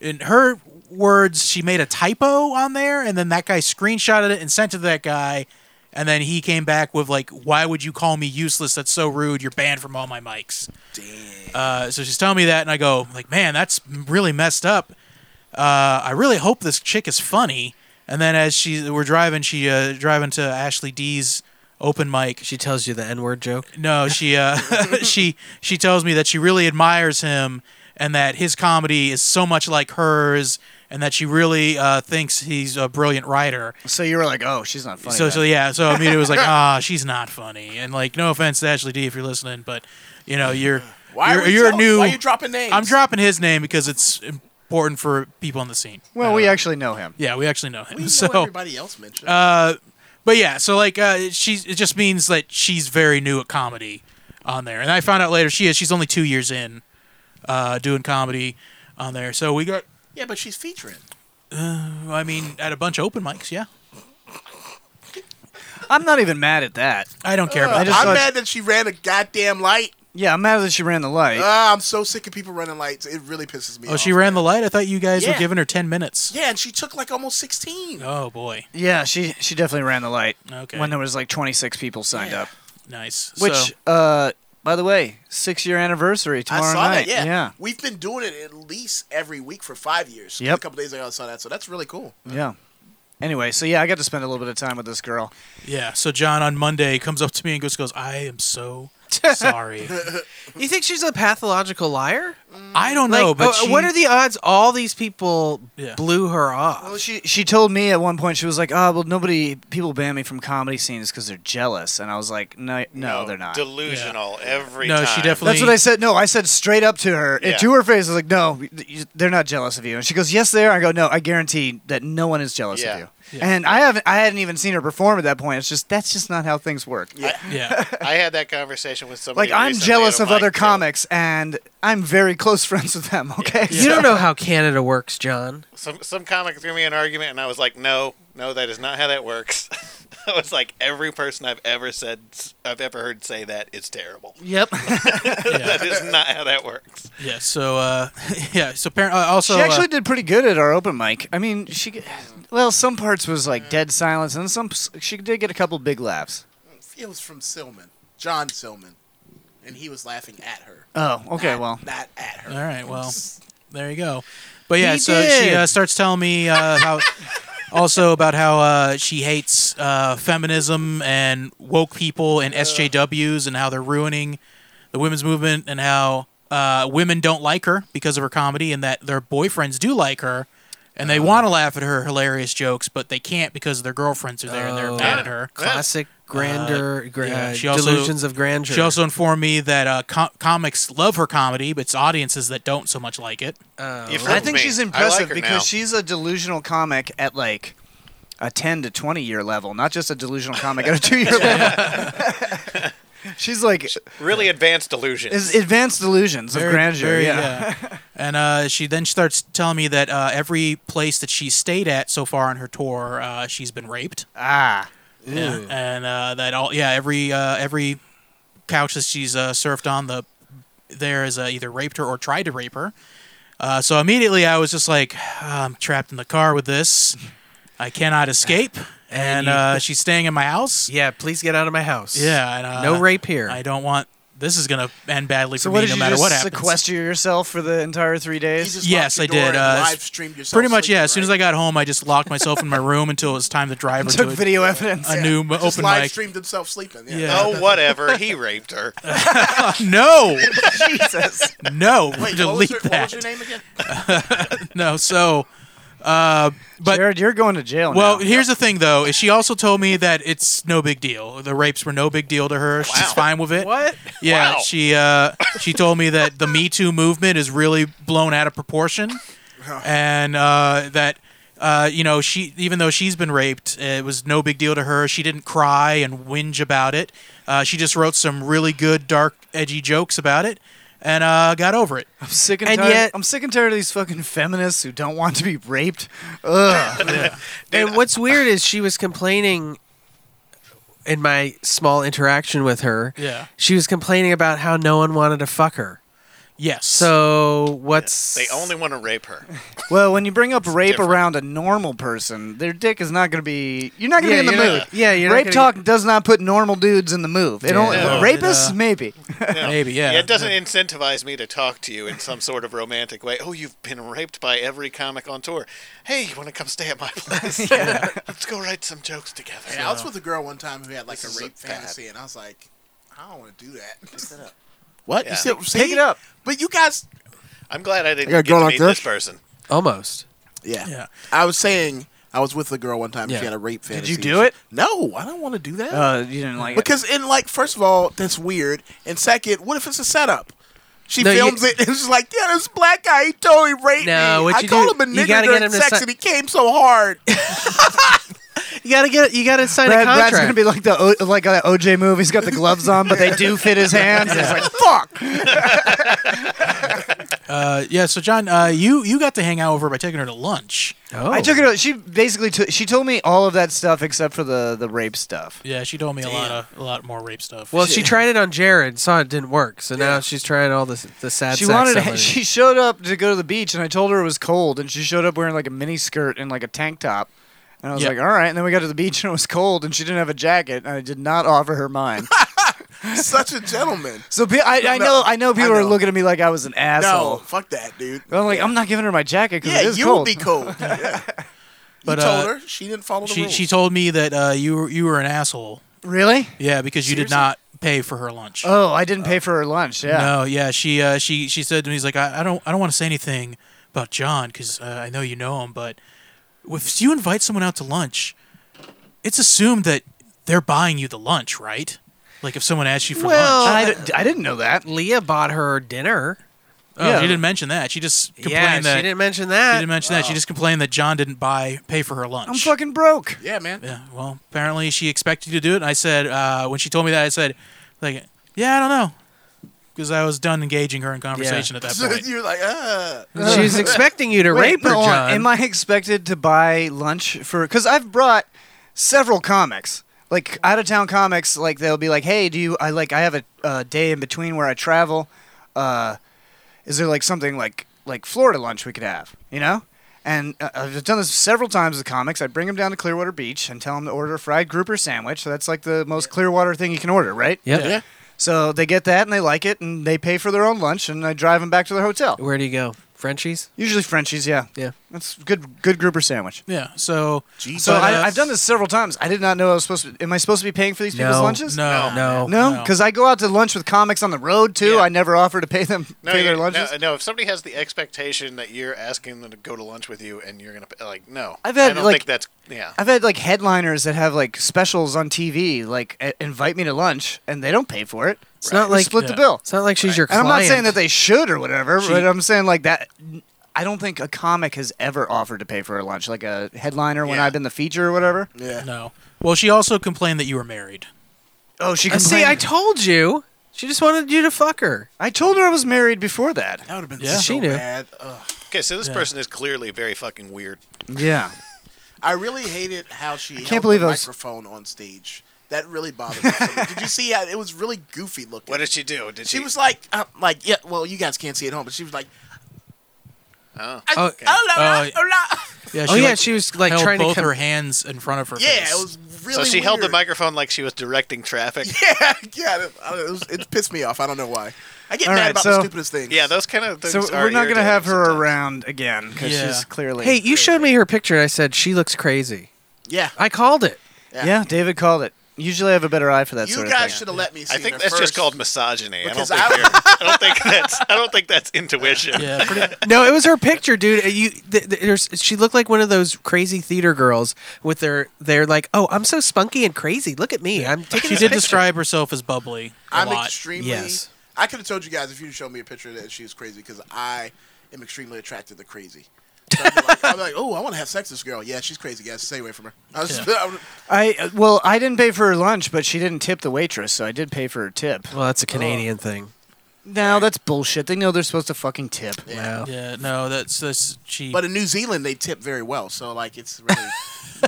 in her words, she made a typo on there, and then that guy screenshotted it and sent it to that guy. And then he came back with like, "Why would you call me useless? That's so rude. You're banned from all my mics." Damn. Uh, so she's telling me that, and I go, "Like, man, that's really messed up." uh, I really hope this chick is funny. And then as she we're driving, she uh, driving to Ashley D's open mic. She tells you the N word joke. No, she uh, <laughs> she she tells me that she really admires him and that his comedy is so much like hers, and that she really uh, thinks he's a brilliant writer. So you were like, oh, she's not funny. so then. so yeah. So I mean, it was like, <laughs> ah, she's not funny. And like, no offense to Ashley D if you're listening, but you know, you're Why are you're, we you're a tell- new. why are you dropping names? I'm dropping his name because it's important for people on the scene. well, we actually know him. Yeah, we actually know him. We know so everybody else mentioned. Uh, but yeah, so like uh, she's it just means that she's very new at comedy on there, and I found out later she is. She's only two years in uh, doing comedy on there. So we got. Yeah, but she's featuring. Uh, I mean, at a bunch of open mics, yeah. I'm not even mad at that. I don't Ugh, I'm mad that she ran a goddamn light. Yeah, I'm mad that she ran the light. Ah, I'm so sick of people running lights. It really pisses me Oh, off. she ran the light. I thought you guys Yeah. were giving her ten minutes. Yeah, and she took like almost 16. Oh boy. yeah, she she definitely ran the light. Okay. When there was like 26 people signed up. Nice. Which, So- uh, by the way, six year anniversary I tomorrow saw night. that. Yeah. we've been doing it at least every week for five years. Yep. a couple days ago I saw that, so that's really cool. yeah, yeah. Anyway, so yeah, I got to spend a little bit of time with this girl. Yeah. So John on Monday comes up to me and goes, "Goes, I am so sorry." You think she's a pathological liar? I don't Like, know, but uh, she- what are the odds all these people blew her off? Well, she she told me at one point she was like, "Oh, well, nobody people ban me from comedy scenes because they're jealous," and I was like, "No, no, they're not." Delusional every No, time. she definitely- That's what I said. No, I said straight up to her, Yeah. to her face. I was like, "No, you- they're not jealous of you." And she goes, "Yes, they are." I go, "No, I guarantee that no one is jealous Yeah. of you." And I haven't, I hadn't even seen her perform at that point. It's just that's just not how things work. Yeah. I had that conversation with somebody. Like I'm recently jealous at a of other mic. comics, and I'm very <laughs> close friends with them. Okay, You don't know how Canada works, John. Some some comic threw me an argument, and I was like, "No, no, that is not how that works." <laughs> I was like, "Every person I've ever said, I've ever heard say that is terrible." Yep. <laughs> that is not how that works. yeah. So uh, <laughs> yeah. So apparent uh, also she uh, actually did pretty good at our open mic. I mean, she g- well, some parts was like dead silence, and some she did get a couple big laughs. It was from Silman, John Silman, and he was laughing at her. Uh, Oh, okay, Not- well. not at her. All right, well, there you go. But yeah, He so she did. uh, starts telling me uh, how, also about how uh, she hates uh, feminism and woke people and SJWs and how they're ruining the women's movement and how uh, women don't like her because of her comedy and that their boyfriends do like her and they want to laugh at her hilarious jokes, but they can't because their girlfriends are there and they're Oh, mad at her. Classic grander, Uh, gra- yeah, uh, she also- delusions of grandeur. She also informed me that uh, com- comics love her comedy, but it's audiences that don't so much like it. Oh. I think she's impressive because she's a delusional comic at like a 10 to 20 year level, not just a delusional comic at a 2 year level. she's like Really advanced delusions. is advanced delusions of Very- grandeur. very- yeah. <laughs> yeah. and uh, she then starts telling me that uh, every place that she stayed at so far on her tour, uh, she's been raped. Ah. Yeah. Ooh. And uh, that all yeah every uh, every couch that she's uh, surfed on the there is uh, either raped her or tried to rape her. Uh, so immediately I was just like, "Ah, I'm trapped in the car with this. I <laughs> cannot escape. And, you- uh, she's staying in my house. Yeah, please get out of my house. Yeah, and, uh, no rape here. I don't want. This is gonna end badly for So what did me, no you matter just what happens. sequester yourself for the entire three days? yes, I did. Uh, live streamed yourself pretty much, yeah. As soon as I got home, I just locked myself in my room until it was time to drive her Took to a- video evidence. a new m- Just open live mic. streamed himself sleeping. Yeah. Yeah. Oh, <laughs> whatever. He raped her. no, Jesus, <laughs> no, <laughs> Wait, delete what was, her, that. what was your name again? no, so, uh, but Jared, you're going to jail. Well, now. here's the thing, though. Is she also told me that it's no big deal. The rapes were no big deal to her. She's fine with it. What? Yeah, Wow. she uh, she told me that the Me Too movement is really blown out of proportion, and uh, that uh, you know she even though she's been raped, it was no big deal to her. She didn't cry and whinge about it. Uh, she just wrote some really good, dark, edgy jokes about it, and uh, got over it. I'm sick and, And tired. yet- I'm sick and tired of these fucking feminists who don't want to be raped. Ugh. and what's weird is she was complaining in my small interaction with her. Yeah. She was complaining about how no one wanted to fuck her. Yes. So what's They only want to rape her. Well, when you bring up rape different. around a normal person, their dick is not going to be. You're not going Yeah, to be in the you're mood. not- yeah, you're not rape gonna talk does not put normal dudes in the move. It Yeah. only No, it, rapists uh, maybe. Maybe, yeah. It doesn't incentivize me to talk to you in some sort of romantic way. Oh, you've been raped by every comic on tour. Hey, you want to come stay at my <laughs> place? Let's go write some jokes together. Yeah, I was with a girl one time who had like This is a rape a bad- fantasy, and I was like, I don't want to do that. Pick that up. What? You said- Pick it up. But you guys, I'm glad I didn't I gotta get go to like meet this. this person. Almost. Yeah. Yeah. I was saying I was with a girl one time. Yeah. She had a rape Did fantasy. you do it? No, I don't want to do that. Uh, you didn't like it. because in like, first of all, that's weird, and second, what if it's a setup? She No, you- films it <laughs> and she's like, "Yeah, this black guy, he totally raped No, me." what I you called do- him a you nigga gotta get during him to sex, si- and he came <laughs> so hard. You gotta get. You gotta sign a Brad, contract. Brad's going to be like the o- like that OJ movie. He's got the gloves on, but they do fit his hands. It's <laughs> like fuck. Uh, yeah. So John, uh, you you got to hang out with her by taking her to lunch. Oh. I took her. To, she basically took. She told me all of that stuff except for the the rape stuff. Yeah, she told me a lot of a lot more rape stuff. well, she tried it on Jared, saw it didn't work, so now she's trying all this the sad. She sex wanted. stuff To, on <laughs> she showed up to go to the beach, and I told her it was cold, and she showed up wearing like a mini skirt and like a tank top. And I was Yeah. like, all right. And then we got to the beach, and it was cold, and she didn't have a jacket, and I did not offer her mine. <laughs> Such a gentleman. so pe- I, I No, know, I know, people I are know. looking at me like I was an No, asshole. fuck that, dude. I'm like, I'm not giving her my jacket because yeah, it is you cold. will <laughs> be cold. Yeah. But, you told uh, her she didn't follow the she rules. she told me that uh, you were you were an asshole. really? Yeah, because you did Seriously? not pay for her lunch. Oh, I didn't pay for her lunch. Yeah. No, yeah, she uh, she she said to me, "He's like, I, I don't I don't want to say anything about John because uh, I know you know him, but if you invite someone out to lunch, it's assumed that they're buying you the lunch, right? Like if someone asks you for Well, lunch, I, d- I didn't know that. you. Leah bought her dinner. oh, yeah. she didn't mention that. She just complained Yeah, that she didn't mention that. she didn't mention that. She just complained that John didn't buy pay for her lunch. I'm fucking broke. yeah, man. Yeah, well, apparently she expected you to do it. And I said, uh, when she told me that, I said, like, yeah, I don't know. Because I was done engaging her in conversation at that <laughs> So <laughs> point. you're like, uh <laughs> She's expecting you to Wait, rape her, no, hold John. on. Am I expected to buy lunch for? Because I've brought several comics, like out of town comics. Like they'll be like, "Hey, do you? I like I have a uh, day in between where I travel. Uh, is there like something like like Florida lunch we could have? You know?" And uh, I've done this several times with comics. I bring them down to Clearwater Beach and tell them to order a fried grouper sandwich. So that's like the most Clearwater thing you can order, right? Yep. Yeah. So they get that and they like it and they pay for their own lunch and I drive them back to their hotel. Where do you go? Frenchies? Usually Frenchies, yeah. Yeah. That's good. Good grouper sandwich. Yeah, so. So but, uh, I, I've done this several times. I did not know I was supposed to. Am I supposed to be paying for these people's No. lunches? No. No. No, because I go out to lunch with comics on the road too. Yeah. I never offer to pay them No, pay you- their no, lunches. no, if somebody has the expectation that you're asking them to go to lunch with you and you're going to, like, no. I've had, I don't like- think that's, yeah. I've had like headliners that have like specials on TV, like uh, invite me to lunch, and they don't pay for it. It's not They like split the yeah. bill. it's not like she's your And client. I'm not saying that they should or whatever, She- but I'm saying like that. I don't think a comic has ever offered to pay for a lunch, like a headliner when Yeah. I've been the feature or whatever. Yeah. No. Well, she also complained that you were married. Oh, she Uh, complained. see, I told you. She just wanted you to fuck her. I told her I was married before that. That would have been Yeah. so She knew. bad. Ugh. Okay, so this person is clearly very fucking weird. <laughs> Yeah. I really hated how she held believe the I was- microphone on stage. That really bothered me. so much. Did you see how it was really goofy looking? What did she do? Did she was like, uh, like, yeah. Well, you guys can't see it at home, but she was like, Oh. I, Oh, oh, la, la, okay. oh, la. Yeah, oh yeah, like, she was like held trying to both con- her hands in front of her <laughs> yeah, face. it was so really. she held the weird. microphone like she was directing traffic. <laughs> Yeah, yeah. It, I don't know, it, was, it pissed me off. I don't know why. I get All mad right, about so- the stupidest things. Yeah, those kind of things So are we're not gonna irritating have her sometimes. around again because Yeah. she's clearly. Hey, you showed me her picture and I said she looks crazy. yeah. I called it. yeah. David called it. Usually, I have a better eye for that You sort guys of should thing. have let me. See I think her that's first. just called misogyny. I don't, Because think I- you're- I don't think that's I don't think that's intuition. Yeah, pretty, No, it was her picture, dude. Uh, You, th- th- there's, she looked like one of those crazy theater girls with their, they're like, oh, I'm so spunky and crazy. Look at me, I'm taking. she this did picture." describe herself as bubbly a I'm lot. extremely. Yes. I could have told you guys if you showed me a picture that she was crazy because I am extremely attracted to crazy. So I'd be like, I'm like, oh, I want to have sex with this girl. Yeah, she's crazy, guys. Stay away from her. I was <laughs> I would- I uh, well, I didn't pay for her lunch, but she didn't tip the waitress, so I did pay for her tip. Oh. Well, that's a Canadian thing. No, that's bullshit. They know they're supposed to fucking tip. Yeah. Yeah, no, that's that's cheap. But in New Zealand, they tip very well, so like it's really.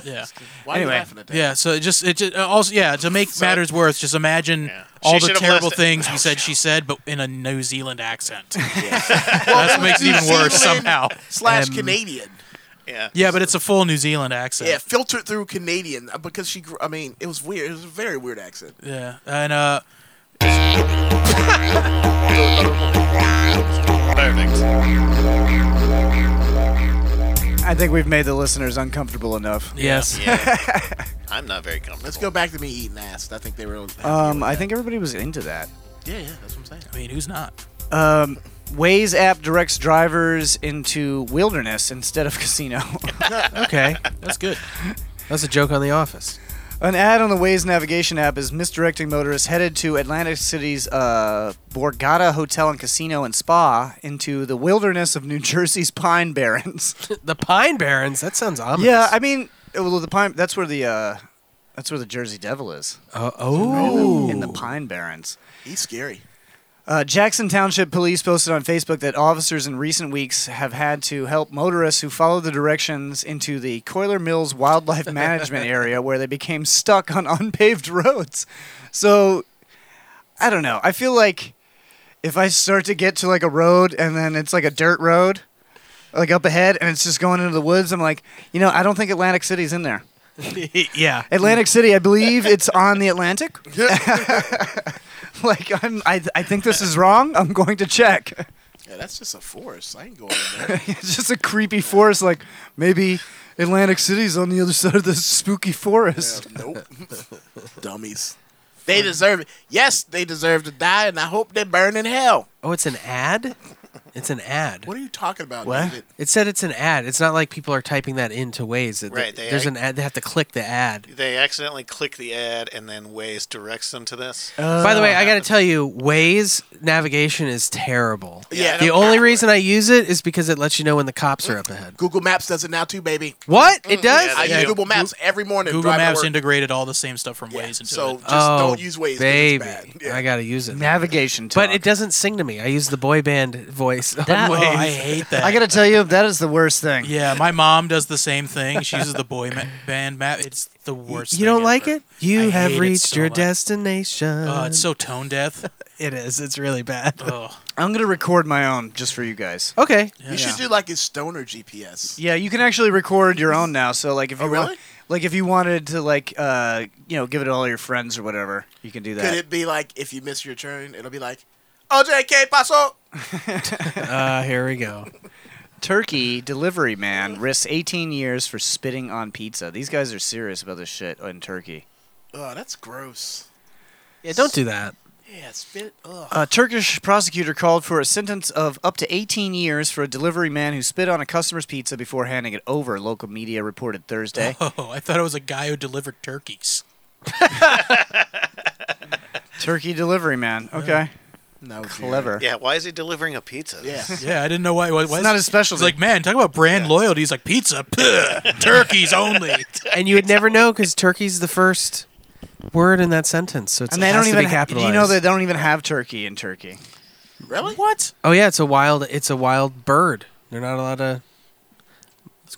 yeah. Why are you laughing at that? Yeah, so it just it just, also yeah to make matters worse, just imagine all She the should've terrible left it- things you said she said, but in a New Zealand accent. <laughs> Well, That makes it even New worse Zealand somehow. Slash Um, Canadian. Yeah. Yeah, but it's a full New Zealand accent. Yeah, filtered through Canadian uh, because she. grew- I mean, it was weird. It was a very weird accent. Yeah, and uh. I think we've made the listeners uncomfortable enough. Yeah. I'm not very comfortable. Let's go back to me eating ass. I think they were. Uh, um, I think everybody was into that. Yeah, yeah, that's what I'm saying. I mean, who's not? Um, Waze app directs drivers into wilderness instead of <laughs> casino. Okay. <laughs> That's good. That's a joke on The Office. An ad on the Waze navigation app is misdirecting motorists headed to Atlantic City's uh, Borgata Hotel and Casino and Spa into the wilderness of New <laughs> Jersey's Pine Barrens. the Pine Barrens? That sounds ominous. Yeah, I mean, uh, well, the pine. That's where the uh, that's where the Jersey Devil is. Uh, oh, in the Pine Barrens. He's scary. Uh, Jackson Township Police posted on Facebook that officers in recent weeks have had to help motorists who follow the directions into the Coiler Mills Wildlife Management Area where they became stuck on unpaved roads. So, I don't know. I feel like if I start to get to like a road and then it's like a dirt road, like up ahead, and it's just going into the woods, I'm like, you know, I don't think Atlantic City's in there. yeah. Atlantic City, I believe it's on the Atlantic. <laughs> like I'm, I, I think this is wrong. I'm going to check. <laughs> Yeah, that's just a forest. I ain't going in there. it's just a creepy forest. Like maybe Atlantic City's on the other side of this spooky forest. nope. <laughs> Dummies. They deserve it. Yes, they deserve to die, and I hope they burn in hell. Oh, it's an ad? It's an ad. What are you talking about, David? It said it's an ad. It's not like people are typing that into Waze. It- Right, they- There's an ad. They have to click the ad. They accidentally click the ad and then Waze directs them to this. Uh, Uh, By the way, I got to tell you, Waze navigation is terrible. Yeah, The no only reason I use it is because it lets you know when the cops are up ahead. Google Maps does it now too, baby. What? It does? I Mm-hmm. Yeah, use they Google do. Maps every <laughs> morning. Google driving to Maps work. integrated all the same stuff from Waze into <laughs> so it. just don't use Waze 'cause it's Oh, baby. bad. I got to use it. Navigation But it doesn't sing to me. I use the boy band voice That- on oh, Waze. I hate that. I gotta tell you, that is the worst thing. Yeah, my mom does the same thing. She uses the boy ma- band map. It's the worst. You don't like it? You I have hate it reached so your much. destination. Oh, it's so tone deaf. it is. It's really bad. I'm gonna record my own just for you guys. Okay. You should do like a stoner GPS. Yeah, you can actually record your own now. So like if you Oh, wa- really? like if you wanted to like uh you know give it to all your friends or whatever, you can do that. Could it be like if you miss your turn, it'll be like, OJ, que paso? Uh, here we go. Turkey delivery man risks 18 years for spitting on pizza. These guys are serious about this shit in Turkey. Oh, that's gross. Yeah, don't do that. Yeah, spit. Ugh. A Turkish prosecutor called for a sentence of up to 18 years for a delivery man who spit on a customer's pizza before handing it over, local media <laughs> reported Thursday. <laughs> Oh, I thought it was a guy who delivered turkeys. Turkey delivery man. Okay. No, clever. Yeah, why is he delivering a pizza? Yeah. Yeah, I didn't know why. It was. It's not his specialty. It's like, man, talk about brand loyalty. He's like, pizza, <laughs> puh, turkeys only. And you would never know because turkey's the first word in that sentence, so it's, And they it don't has even to be ha- do capitalized. you know they don't even have turkey in Turkey. Really? What? Oh yeah, it's a wild. It's a wild bird. They're not allowed to.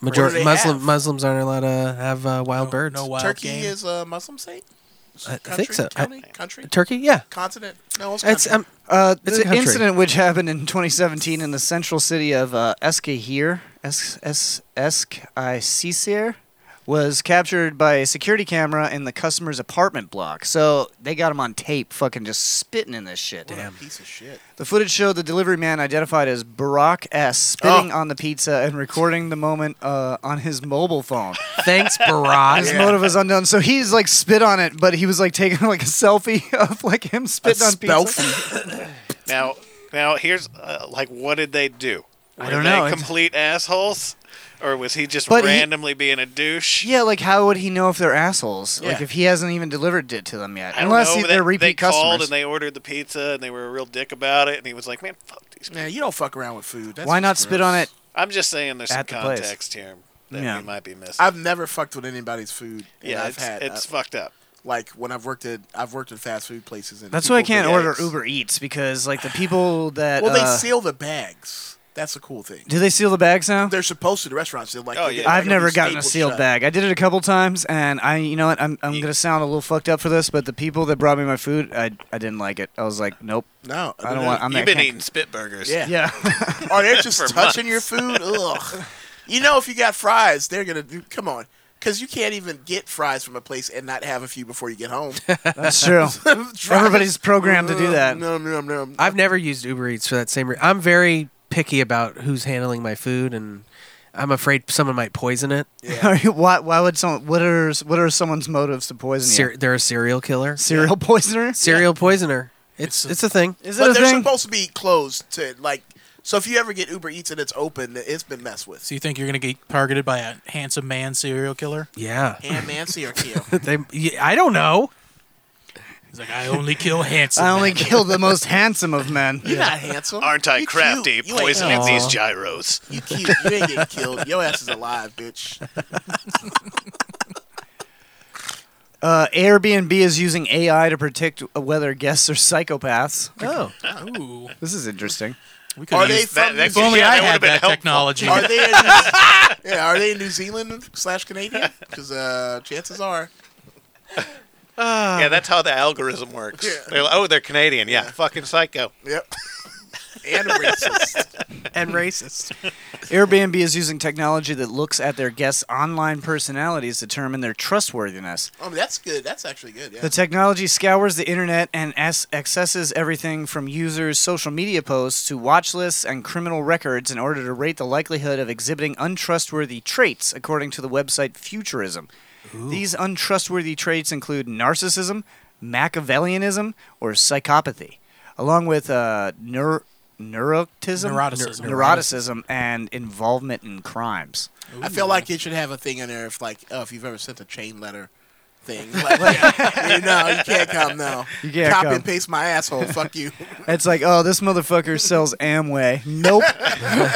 What do Majority they Muslim have? Muslims aren't allowed to have uh, wild birds. Turkey is a Muslim state? I, I Country? think so. I- County? country? Turkey, yeah. Continent? No, it's It's country. um. Uh, It's the a country. incident which happened in 2017 in the central city of uh, Eskihir, Es- Es- Eskisehir, was captured by a security camera in the customer's apartment block. So they got him on tape, fucking just spitting in this shit. What a piece of shit. The footage showed the delivery man identified as Barack S. spitting Oh. on the pizza and recording the moment uh, on his mobile <laughs> phone. Thanks, Barack. His motive was unknown, so he's like spit on it, but he was like taking <laughs> like a selfie of like him spitting on pizza. <laughs> Now, now here's uh, like, what did they do? Were I don't they know, it's- complete assholes, or was he just But he- randomly being a douche? Yeah, like how would he know if they're assholes? Like Yeah. if he hasn't even delivered it to them yet, I don't unless know, he- but they're they, they repeat called customers. and they ordered the pizza and they were a real dick about it, and he was like, "Man, fuck these." Man, you don't fuck around with food. That's Why not just spit gross. on it? I'm just saying, there's some At the place. context here that Yeah. we might be missing. I've never fucked with anybody's food. and yeah, I've it's, had. it's I've- fucked up. Like when I've worked at I've worked at fast food places and That's why I people can't bring order eggs. Uber Eats because like the <sighs> people that Well, uh, they seal the bags. That's a cool thing. do they seal the bags now? They're supposed to. The restaurants. They're Oh, like. they get, like, I've all never these gotten a staples sealed shut. bag. I did it a couple times, and I, you know what? I'm, I'm gonna sound a little fucked up for this, but the people that brought me my food, I, I didn't like it. I was like, nope. No, I don't want. <laughs> I'm You've that been kind- eating spit burgers. Yeah. <laughs> or they're just For touching months. your food. Ugh. You know, if you got fries, they're gonna do. Come on, because you can't even get fries from a place and not have a few before you get home. That's <laughs> true. Fries. Everybody's programmed to do <laughs> that. No, no, no. no. I've never used Uber Eats for that same reason. I'm very picky about who's handling my food, and I'm afraid someone might poison it. <laughs> Are you- why, why would someone? What are what are someone's motives to poison you? Ser- they're a serial killer. Serial poisoner. Serial poisoner. It's it's a thing. but they're supposed to be closed to like. So if you ever get Uber Eats and it's open, it's been messed with. So you think you're gonna get targeted by a handsome man serial killer? Yeah. <laughs> And Nancy or Keo. they, yeah, I don't know. He's like, I only kill handsome. I only men." killed the most handsome of <laughs> men. <laughs> You're not handsome. Aren't I You crafty cute. You ain't poisoning handsome. these gyros? You cute. You ain't getting killed. Your ass is alive, bitch. Uh, Airbnb is using AI to predict whether guests are psychopaths. Oh, Ooh. <laughs> This is interesting. We Are they from New if only Zealand? I had that technology. <laughs> Are they? In New, yeah, are they in New Zealand slash Canadian? Because uh, chances are. yeah, that's how the algorithm works. Yeah. They're like, oh, they're Canadian. Yeah, fucking psycho. Yep. <laughs> and racist. and racist. Airbnb is using technology that looks at their guests' online personalities to determine their trustworthiness. Oh, that's good. That's actually good. Yeah. The technology scours the internet and as- accesses everything from users' social media posts to watch lists and criminal records in order to rate the likelihood of exhibiting untrustworthy traits, according to the website Futurism. These untrustworthy traits include narcissism, Machiavellianism, or psychopathy, along with uh, neur- neuroticism, Neuroticism. Neur- neuroticism, and involvement in crimes. I feel like it should have a thing in there if like oh if you've ever sent a chain letter thing <laughs> like you know you can't come now You can't copy come. and paste my asshole fuck you <laughs> It's like, oh, this motherfucker sells Amway. Nope.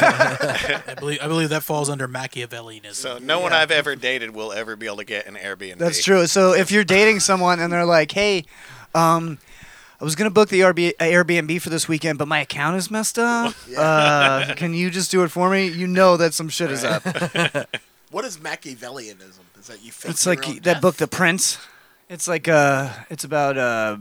I believe I believe that falls under Machiavellianism. So no one I've ever dated will ever be able to get an Airbnb. That's true. So if you're dating someone and they're like, "Hey, um, I was gonna book the RB- Airbnb for this weekend, but my account is messed <laughs> up. uh, can you just do it for me?" You know that some shit is up. what is Machiavellianism is that you fake it's your like own that book, The Prince. It's like uh, it's about uh,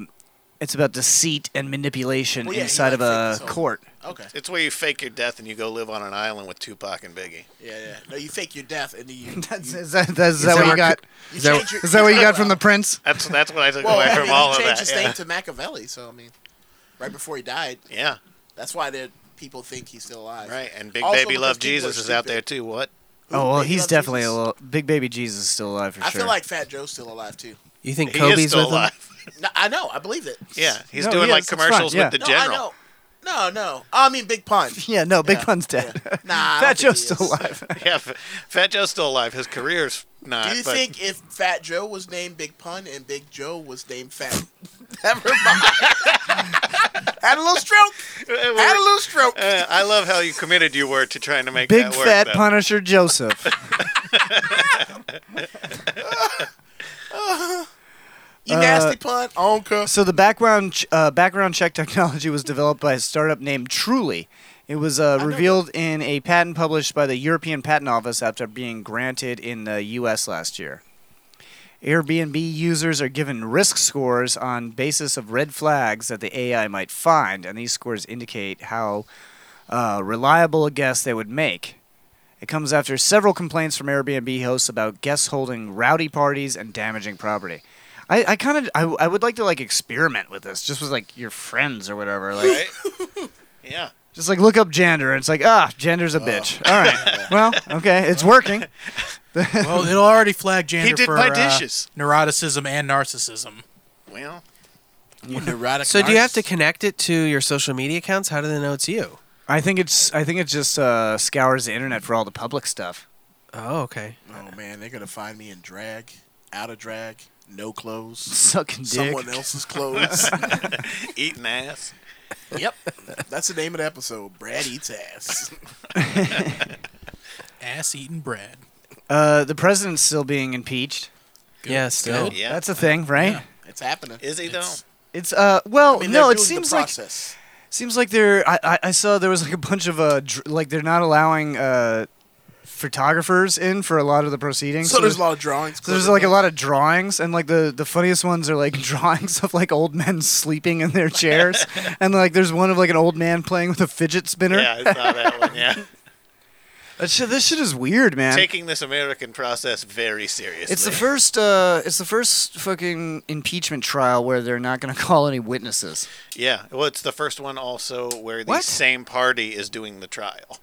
it's about deceit and manipulation Well, yeah, he, inside of like, a faked his own- court. Okay. It's where you fake your death and you go live on an island with Tupac and Biggie. Yeah, yeah. No, you fake your death and then <laughs> you. That's, Is that, that's, is that what you got? You change your- is that what you got from The Prince? That's that's what I <laughs> took Well, away I from mean, he all of changed that. his yeah. name to Machiavelli, so I mean, right before he died. Yeah. That's why the people think he's still alive. Right, and Big Also Baby because Love people are Jesus is out stupid. there too. What? Oh well, Big he's Love definitely a little big baby Jesus is still alive for I sure. feel like Fat Joe's still alive too. You think He is Kobe's still with him? alive. No, I know. I believe it. Yeah, he's No, doing he like is. It's fine, commercials yeah. with the no, general. I know. No, no. I mean, <laughs> Big Pun. yeah, no, Big Pun's dead. <laughs> Nah, I Fat don't think Joe's he is. still alive. <laughs> Yeah, F- Fat Joe's still alive. His career's not. Do you but <laughs> think if Fat Joe was named Big Pun and Big Joe was named <laughs> Fat? Never mind. <laughs> Had a little stroke. Had a little stroke. Uh, I love how you committed you were to trying to make Big that work. fat though. Punisher Joseph. <laughs> You Uh, nasty pun, Onka. So the background ch- uh, background check technology was developed by a startup named Truly. It was uh, revealed in a patent published by the European Patent Office after being granted in the U.S. last year. Airbnb users are given risk scores on basis of red flags that the AI might find, and these scores indicate how uh, reliable a guess they would make. It comes after several complaints from Airbnb hosts about guests holding rowdy parties and damaging property. I, I kind of I, I would like to like experiment with this, just with like your friends or whatever. Like, Yeah. just like look up gender, and it's like ah, gender's a bitch. Oh. All <laughs> right, well, okay, it's working. well, it'll already flag gender He did for my uh, dishes. neuroticism and narcissism. Well, You neurotic. So do you have to connect it to your social media accounts? How do they know it's you? I think it's I think it just uh, scours the internet for all the public stuff. <laughs> Oh, okay. Oh man, they're gonna find me in drag, out of drag, no clothes, Sucking dick. someone <laughs> else's clothes. eating ass. yep, that's the name of the episode. Brad eats ass. Ass eating bread. Uh, the president's still being impeached. Yeah, still. Yeah. That's a thing, right? It's happening. Is he though? It's uh well I mean, no they're it doing the seems like process. seems like they're I, I I saw there was like a bunch of uh dr- like they're not allowing uh photographers in for a lot of the proceedings. So there's a lot of drawings. So there's like a lot of drawings and like the the funniest ones are like <laughs> drawings of like old men sleeping in their <laughs> chairs and like there's one of like an old man playing with a fidget spinner. Yeah, I saw that one. Yeah. That shit, this shit is weird, man. Taking this American process very seriously. It's the first. Uh, it's the first fucking impeachment trial where they're not going to <laughs> call any witnesses. Yeah. Well, it's the first one also where the What? same party is doing the trial.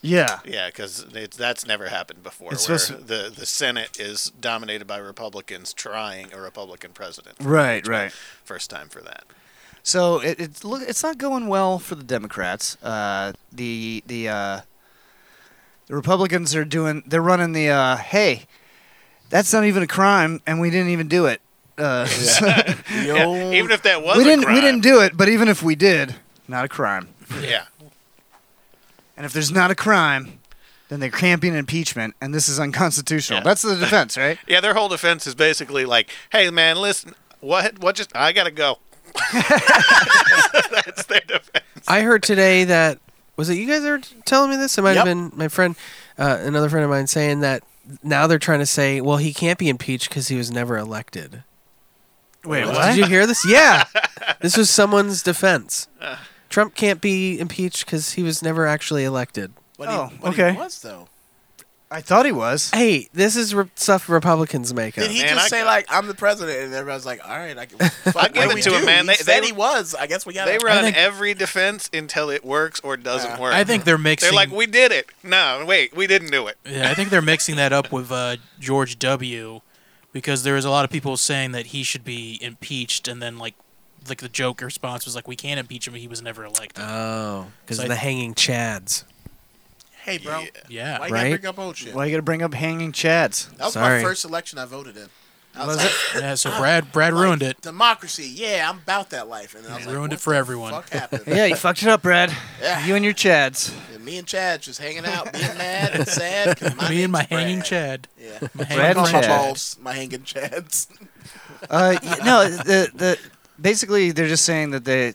Yeah. Yeah, because that's never happened before. It's where supposed the the Senate is dominated by Republicans trying a Republican president. Right, It's right. First time for that. So it, it look it's not going well for the Democrats. Uh, the the uh, the Republicans are doing. They're running the uh, hey, that's not even a crime, and we didn't even do it. Uh, so- <laughs> Yeah, <laughs> even if that was we a didn't we crime. didn't do it, but even if we did, not a crime. Yeah. And if there's not a crime, then there can't be an impeachment, and this is unconstitutional. That's the defense, right? Yeah, their whole defense is basically like, "Hey, man, listen, what what just I <laughs> gotta go." <laughs> that's their defense. I heard today that was it you guys are telling me this? It might have been my friend, uh, another friend of mine, saying that now they're trying to say, well, he can't be impeached because he was never elected. <laughs> Wait, Did you hear this? Yeah, <laughs> this was someone's defense. Trump can't be impeached because he was never actually elected. But he- Oh, but he okay. was though. I thought he was. Hey, this is re- stuff Republicans make up. Did he just say like I'm the president, and everyone's like, all right, I <laughs> can. I give it to him, man. They, They- said they- he was. I guess we got. They run every defense until it works or doesn't work. I think they're mixing- They're like, "We did it." No, wait, we didn't do it. Yeah, I think they're mixing that up with uh, George W. because there was a lot of people saying that he should be impeached, and then like like the joke response was like, "We can't impeach him; he was never elected." Oh, because So of I- the hanging chads. Hey, bro. Yeah. Why you gotta Right? bring up old shit? Why you gotta bring up hanging chads? That was Sorry. my first election I voted in. I Was it? Yeah, so Brad- Brad ruined it. Democracy, yeah, I'm about that life. And then I was like, ruined what it for the everyone. <laughs> Fuck happened? yeah, you fucked it up, Brad. Yeah. You and your chads. And me and Chad just hanging out, being mad and sad. 'cause <laughs> My Me and my name's Brad. hanging Chad. Yeah, My Brad hanging and my Chad. balls, my hanging Chads. Uh, y- no, the the basically they're just saying that they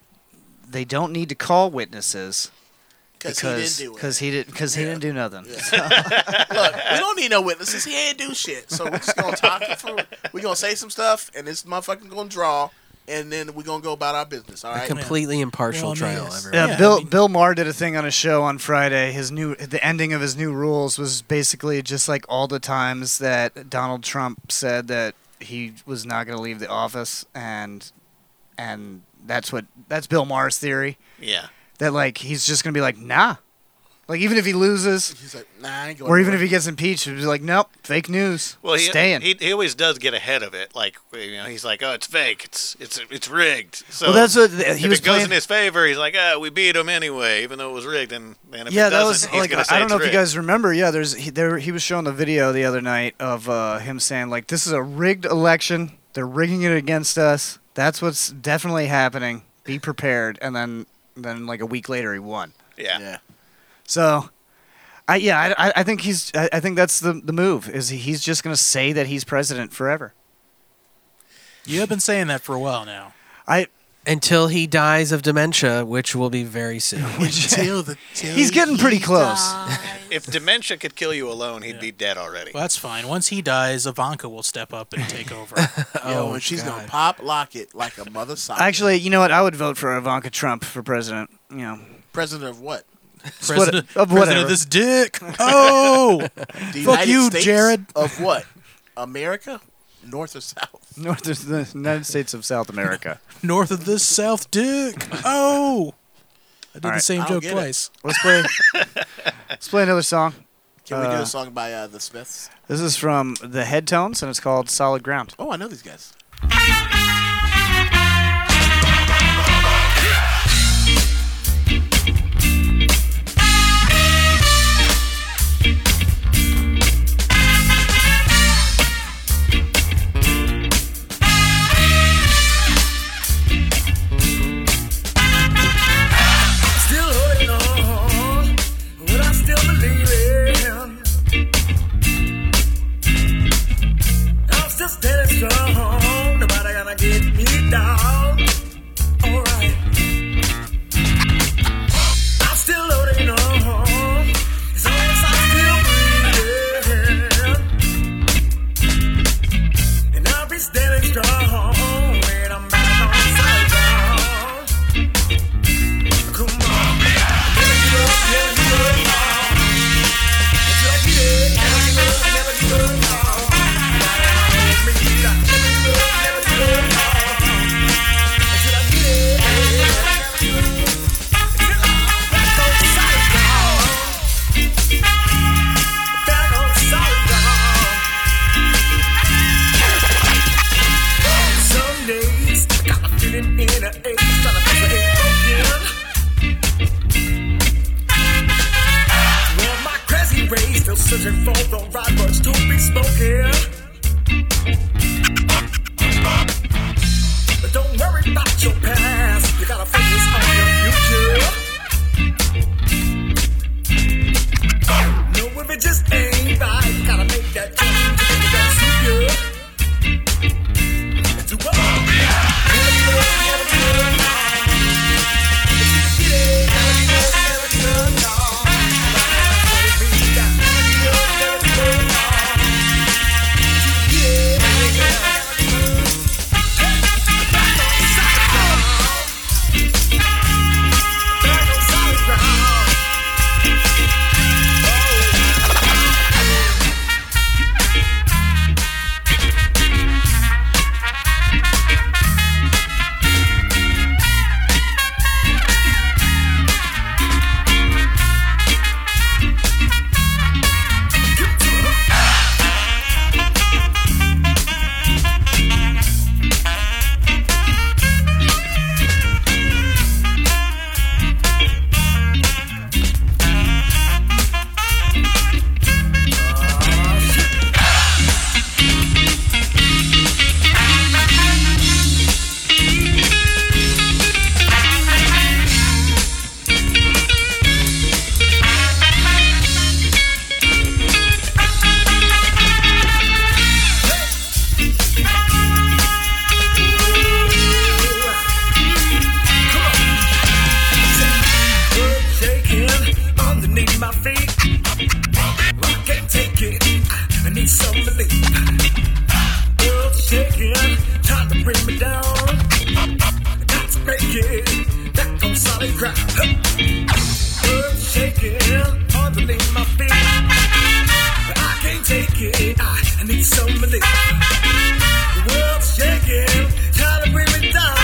they don't need to call witnesses 'Cause he didn't do it. because he didn't because he didn't do nothing. Uh, Look, we don't need no witnesses. He ain't do shit. So we're just gonna talk it through. We're gonna say some stuff, and this motherfucker gonna draw, and then we're gonna go about our business. All A right. completely impartial trial. everyone. Yeah, Bill Bill Maher did a thing on a show on Friday. His new the ending of his new rules was basically just like all the times that Donald Trump said that he was not going to leave the office, and and that's what that's Bill Maher's theory. Yeah. that like he's just going to be like nah, like even if he loses, He's like nah, I ain't going or even if nowhere. he gets impeached, he'll be like nope, fake news. Well, he, staying. he he always does get ahead of it. Like you know, he's like, "Oh, it's fake. It's it's it's rigged." So Well, that's what th- he if was it goes playing- in his favor, he's like, "Ah, we beat him anyway, even though it was rigged." And man, if yeah, it that doesn't, was he's like gonna say I don't it's know if you rigged. guys remember. Yeah, there's he, there he was showing the video the other night of uh, him saying like this is a rigged election. They're rigging it against us. That's what's definitely happening. Be prepared. And then then like a week later he won. Yeah. So, I yeah I, I- I think he's I, I think that's the the move is he, he's just gonna say that he's president forever. You have been saying that for a <laughs> while now. I until he dies of dementia, which will be very <laughs> soon. he's getting pretty close. If dementia could kill you alone, he'd be dead already. Well, that's fine. Once he dies, Ivanka will step up and <laughs> take over. Yo, Oh, and she's gonna pop lock it like a mother socket. Actually, you know what? I would vote for Ivanka Trump for president. You know, president of what? Split it- President- of president of whatever. this dick. Oh, the Fuck United you, States Jared. Of what? America, North or South? <laughs> north of the United States of South America. North of this, south dick. Oh, I did All the right. same I don't joke get it. twice. <laughs> Let's play. let's play another song. Can we do Uh, a song by uh, the Smiths? This is from the Headtones, and it's called Solid Ground. Oh, I know these guys. Still holding on, what I still believe in. I'm still standing. searching for the right words to be spoken. But don't worry about your past. You gotta focus on your future. No, if it just ain't right, you gotta make that change. You gotta see you. And do what? Earth shaking underneath my feet. I can't take it. I need some relief. Earth shaking, trying to bring me down. Got to make it back on solid ground. Earth shaking underneath my feet. I can't take it. I need some relief. The world's shaking, trying to bring me down.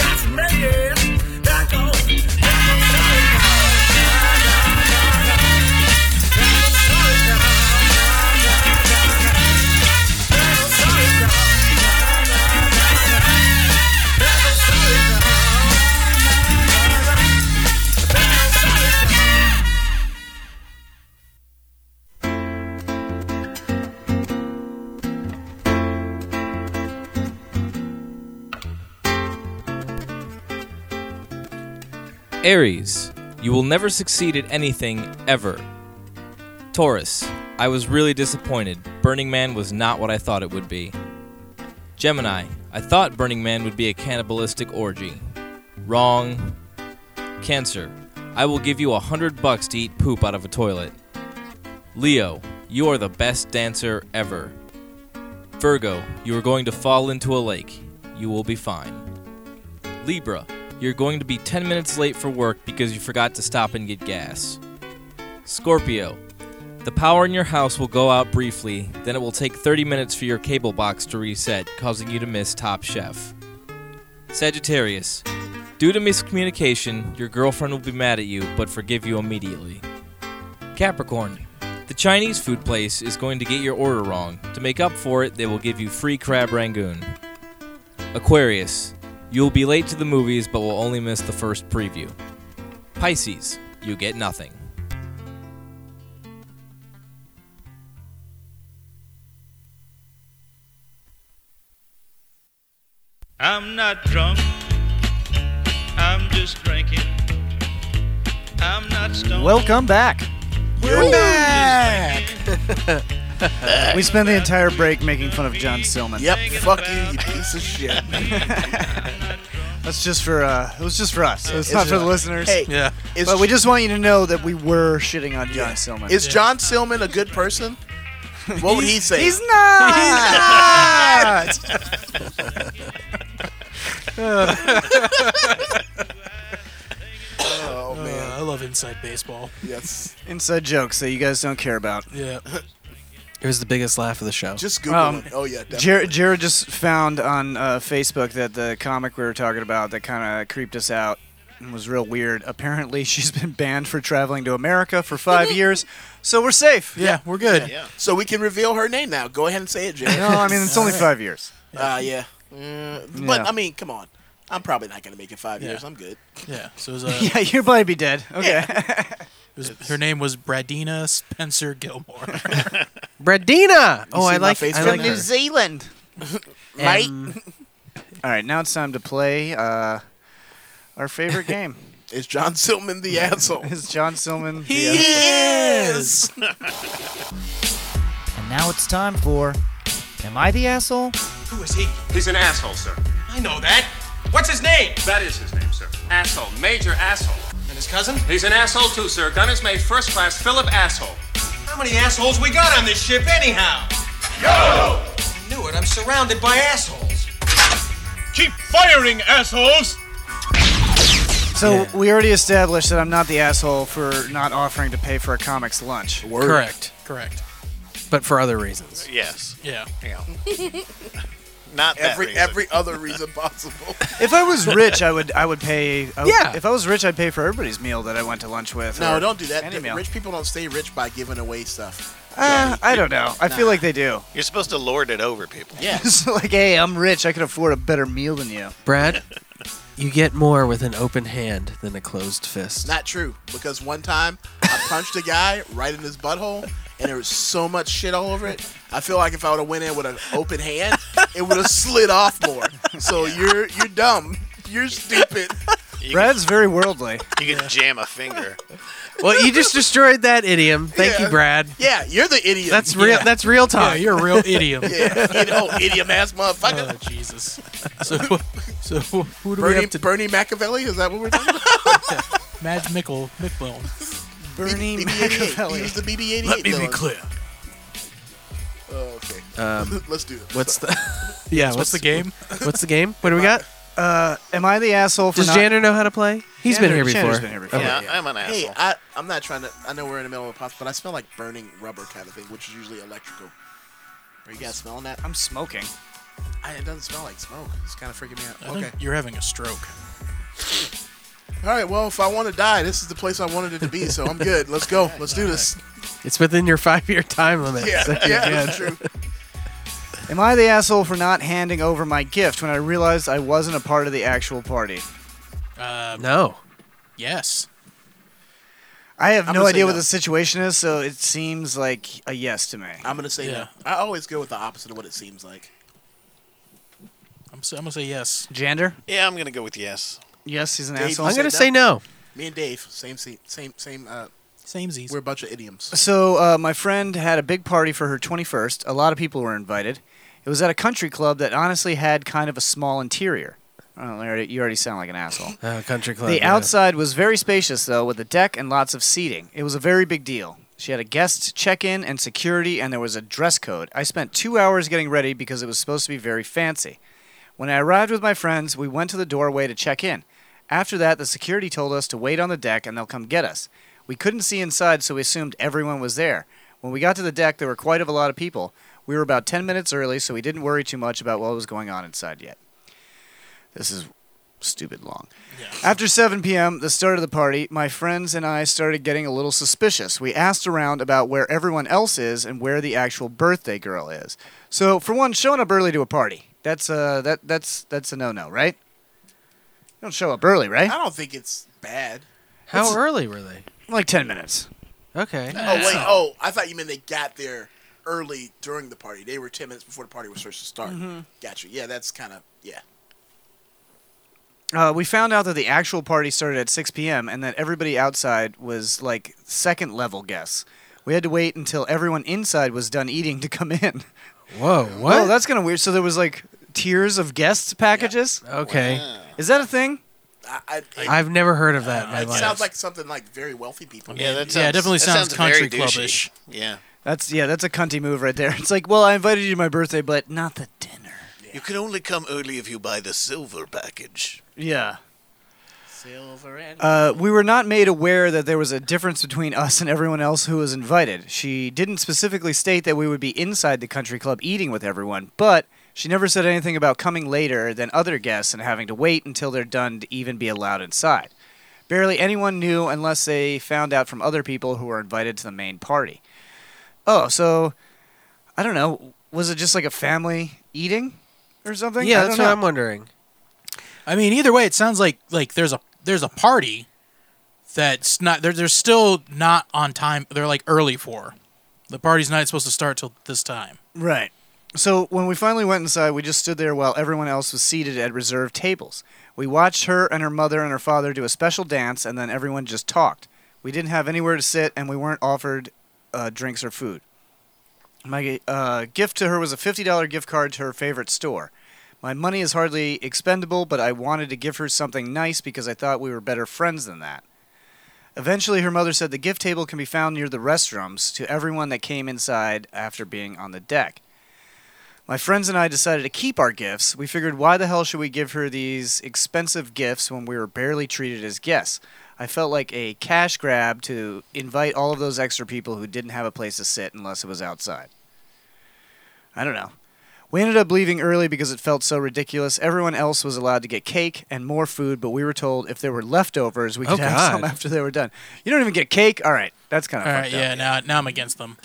Got to make it back on. Aries, you will never succeed at anything ever. Taurus, I was really disappointed. Burning Man was not what I thought it would be. Gemini, I thought Burning Man would be a cannibalistic orgy. Wrong. Cancer, I will give you a hundred bucks to eat poop out of a toilet. Leo, you are the best dancer ever. Virgo, you are going to fall into a lake. You will be fine. Libra, you're going to be 10 minutes late for work because you forgot to stop and get gas. Scorpio, the power in your house will go out briefly, then it will take 30 minutes for your cable box to reset, causing you to miss Top Chef. Sagittarius, due to miscommunication, your girlfriend will be mad at you but forgive you immediately. Capricorn, the Chinese food place is going to get your order wrong. To make up for it, they will give you free crab rangoon. Aquarius, you will be late to the movies but will only miss the first preview. Pisces, you get nothing. I'm not drunk. I'm just drinking. I'm not stoned. Welcome back. We're <laughs> back. We spent the entire break making fun of John Stillman. Yep, fuck you, you piece of shit. That's just for uh, it was just for us. It's, not It's for the just- listeners. Hey, Yeah. it's- But we just want you to know that we were shitting on John Stillman. Is John Silman a good person? What would he He's- say? he's not. He's not. Oh man, I love inside baseball. Yes. Inside jokes that you guys don't care about. <laughs> Yeah. It was the biggest laugh of the show. Just Oh, Um, Jared, Jared just found on uh, Facebook that the comic we were talking about that kind of creeped us out and was real weird. Apparently, <laughs> she's been banned for traveling to America for five years, so we're safe. Yeah, we're good. So we can reveal her name now. Go ahead and say it, Jared. No, I mean it's only five years. Uh, <laughs> yeah. Mm, But Yeah. I mean, come on. I'm probably not gonna make it five years. I'm good. <laughs> Yeah. So it was, yeah, you'd probably be dead. Okay. was, her name was Bradina Spencer Gilmore. Bradina. Oh, I like- I From like New her. Zealand. right? All right, now it's time to play uh, <laughs> our favorite game. Is John Silman the asshole? Is John Silman? He the asshole? is. And now it's time for Am I the Asshole? Who is he? He's an asshole, sir. I know that. What's his name? That is his name, sir. Asshole. Major asshole. And his cousin? He's an asshole too, sir. Gunners May first class Philip Asshole. How many assholes we got on this ship anyhow? Yo! I knew it. I'm surrounded by assholes. Keep firing, assholes! So we already established that I'm not the asshole for not offering to pay for a comic's lunch. Correct. Correct. But for other reasons. Yes. Yeah. <laughs> Not every every other reason possible. If I was rich, I would I would pay. I would- Yeah. If I was rich, I'd pay for everybody's meal that I went to lunch with. <laughs> no, or don't do that. any The- meal. Rich people don't stay rich by giving away stuff. Uh, I don't know. I feel like they do. <laughs> You're supposed to lord it over people. Yeah. It's like, hey, I'm rich. I could afford a better meal than you. Brad, you get more with an open hand than a closed fist. Not true. Because one time I punched a guy right in his butthole, and there was so much shit all over it. I feel like if I would have went in with an open hand, it would have slid off more. So you're you're dumb. You're stupid. Brad's very worldly. You can jam <laughs> a finger. Well, you just destroyed that idiom. Thank you, Brad. Yeah, you're the idiot. That's real. Yeah. That's real talk. Yeah, you're a real idiom. Yeah, Id- oh, idiom ass motherfucker. <laughs> Oh, Jesus. <laughs> So, so who do we Bernie, have to? Bernie Machiavelli? Is that what we're talking about? Mad Mickle Mickbone. Bernie BB-88. He was the <laughs> BB-88. Let me be villain. clear. Oh, okay. Um, Let's do this. What's the? Yeah, what's the game? <laughs> What's the game? What do we got? Uh, am I the asshole for Does not? Janner know how to play? He's been here before. Janner's been here before. Okay. Hey, I, I'm not trying to. I know we're in the middle of a pop, but I smell like burning rubber kind of thing, which is usually electrical. Are you guys smelling that? I'm smoking. I, it doesn't smell like smoke. It's kind of freaking me I out. think Okay. You're having a stroke. All right. Well, if I want to die, this is the place I wanted it to be. So I'm good. Let's go. Let's do this. It's within your five-year time limit. Yeah, so you yeah, can. that's true. Am I the asshole for not handing over my gift when I realized I wasn't a part of the actual party? Uh, no. Yes. I have I'm no gonna idea say what no. the situation is, so it seems like a yes to me. I'm gonna say Yeah. no. I always go with the opposite of what it seems like. I'm, s- I'm gonna say yes. Jander. Yeah, I'm gonna go with yes. Yes, he's an Dave, asshole. you said Me and Dave, same seat, same same. Uh, same We're a bunch of <laughs> idioms. So uh, my friend had a big party for her 21st. A lot of people were invited. It was at a country club that honestly had kind of a small interior. Oh, Larry, you already sound like an asshole. Uh, country club. the yeah. outside was very spacious, though, with a deck and lots of seating. It was a very big deal. She had a guest check in and security, and there was a dress code. I spent two hours getting ready because it was supposed to be very fancy. When I arrived with my friends, we went to the doorway to check in. After that, the security told us to wait on the deck and they'll come get us. We couldn't see inside, so we assumed everyone was there. When we got to the deck, there were quite a lot of people. We were about 10 minutes early, so we didn't worry too much about what was going on inside yet. This is stupid long. After 7 p.m., the start of the party, my friends and I started getting a little suspicious. We asked around about where everyone else is and where the actual birthday girl is. So, for one, showing up early to a party, that's uh that that's that's a no-no, right? You don't show up early, right? I don't think it's bad. How It's- early were they? Like 10 minutes. Okay. Oh wait. Oh, I thought you meant they got there early during the party. They were ten minutes before the party was supposed to start. Mhm. Gotcha. Yeah, that's kind of yeah. Uh, we found out that the actual party started at 6 p.m. and that everybody outside was like second level guests. We had to wait until everyone inside was done eating to come in. Whoa, what? Oh, that's kind of weird. So there was like tiers of guests packages. Okay. Wow. Is that a thing? I, I, it- I've never heard of Uh, that in my it life. sounds like something like very wealthy people. Yeah, that sounds- definitely that sounds, sounds very country douchey. clubish. Yeah. That's yeah, that's a cunty move right there. <laughs> It's like, well, I invited you to my birthday, but not the You can only come early if you buy the silver package. yeah. Silver and Uh, we were not made aware that there was a difference between us and everyone else who was invited. She didn't specifically state that we would be inside the country club eating with everyone, but she never said anything about coming later than other guests and having to wait until they're done to even be allowed inside. Barely anyone knew unless they found out from other people who were invited to the main party. Oh, so I don't know. Was it just like a family eating or something? I yeah, that's don't what know. I'm wondering. I mean, either way, it sounds like like there's a there's a party that's not they're they're still not on time. They're like early for. The party's not supposed to start till this time. Right. So when we finally went inside, we just stood there while everyone else was seated at reserved tables. We watched her and her mother and her father do a special dance, and then everyone just talked. We didn't have anywhere to sit, and we weren't offered uh, drinks or food. My uh, gift to her was a $50 gift card to her favorite store. My money is hardly expendable, but I wanted to give her something nice because I thought we were better friends than that. Eventually, her mother said the gift table can be found near the restrooms to everyone that came inside after being on the deck. My friends and I decided to keep our gifts. We figured, why the hell should we give her these expensive gifts when we were barely treated as guests? I felt like a cash grab to invite all of those extra people who didn't have a place to sit unless it was outside. I don't know. We ended up leaving early because it felt so ridiculous. Everyone else was allowed to get cake and more food, but we were told if there were leftovers, we Oh, could have some God. after they were done. You don't even get cake? All right. That's kind All of right, yeah. Now now I'm against them.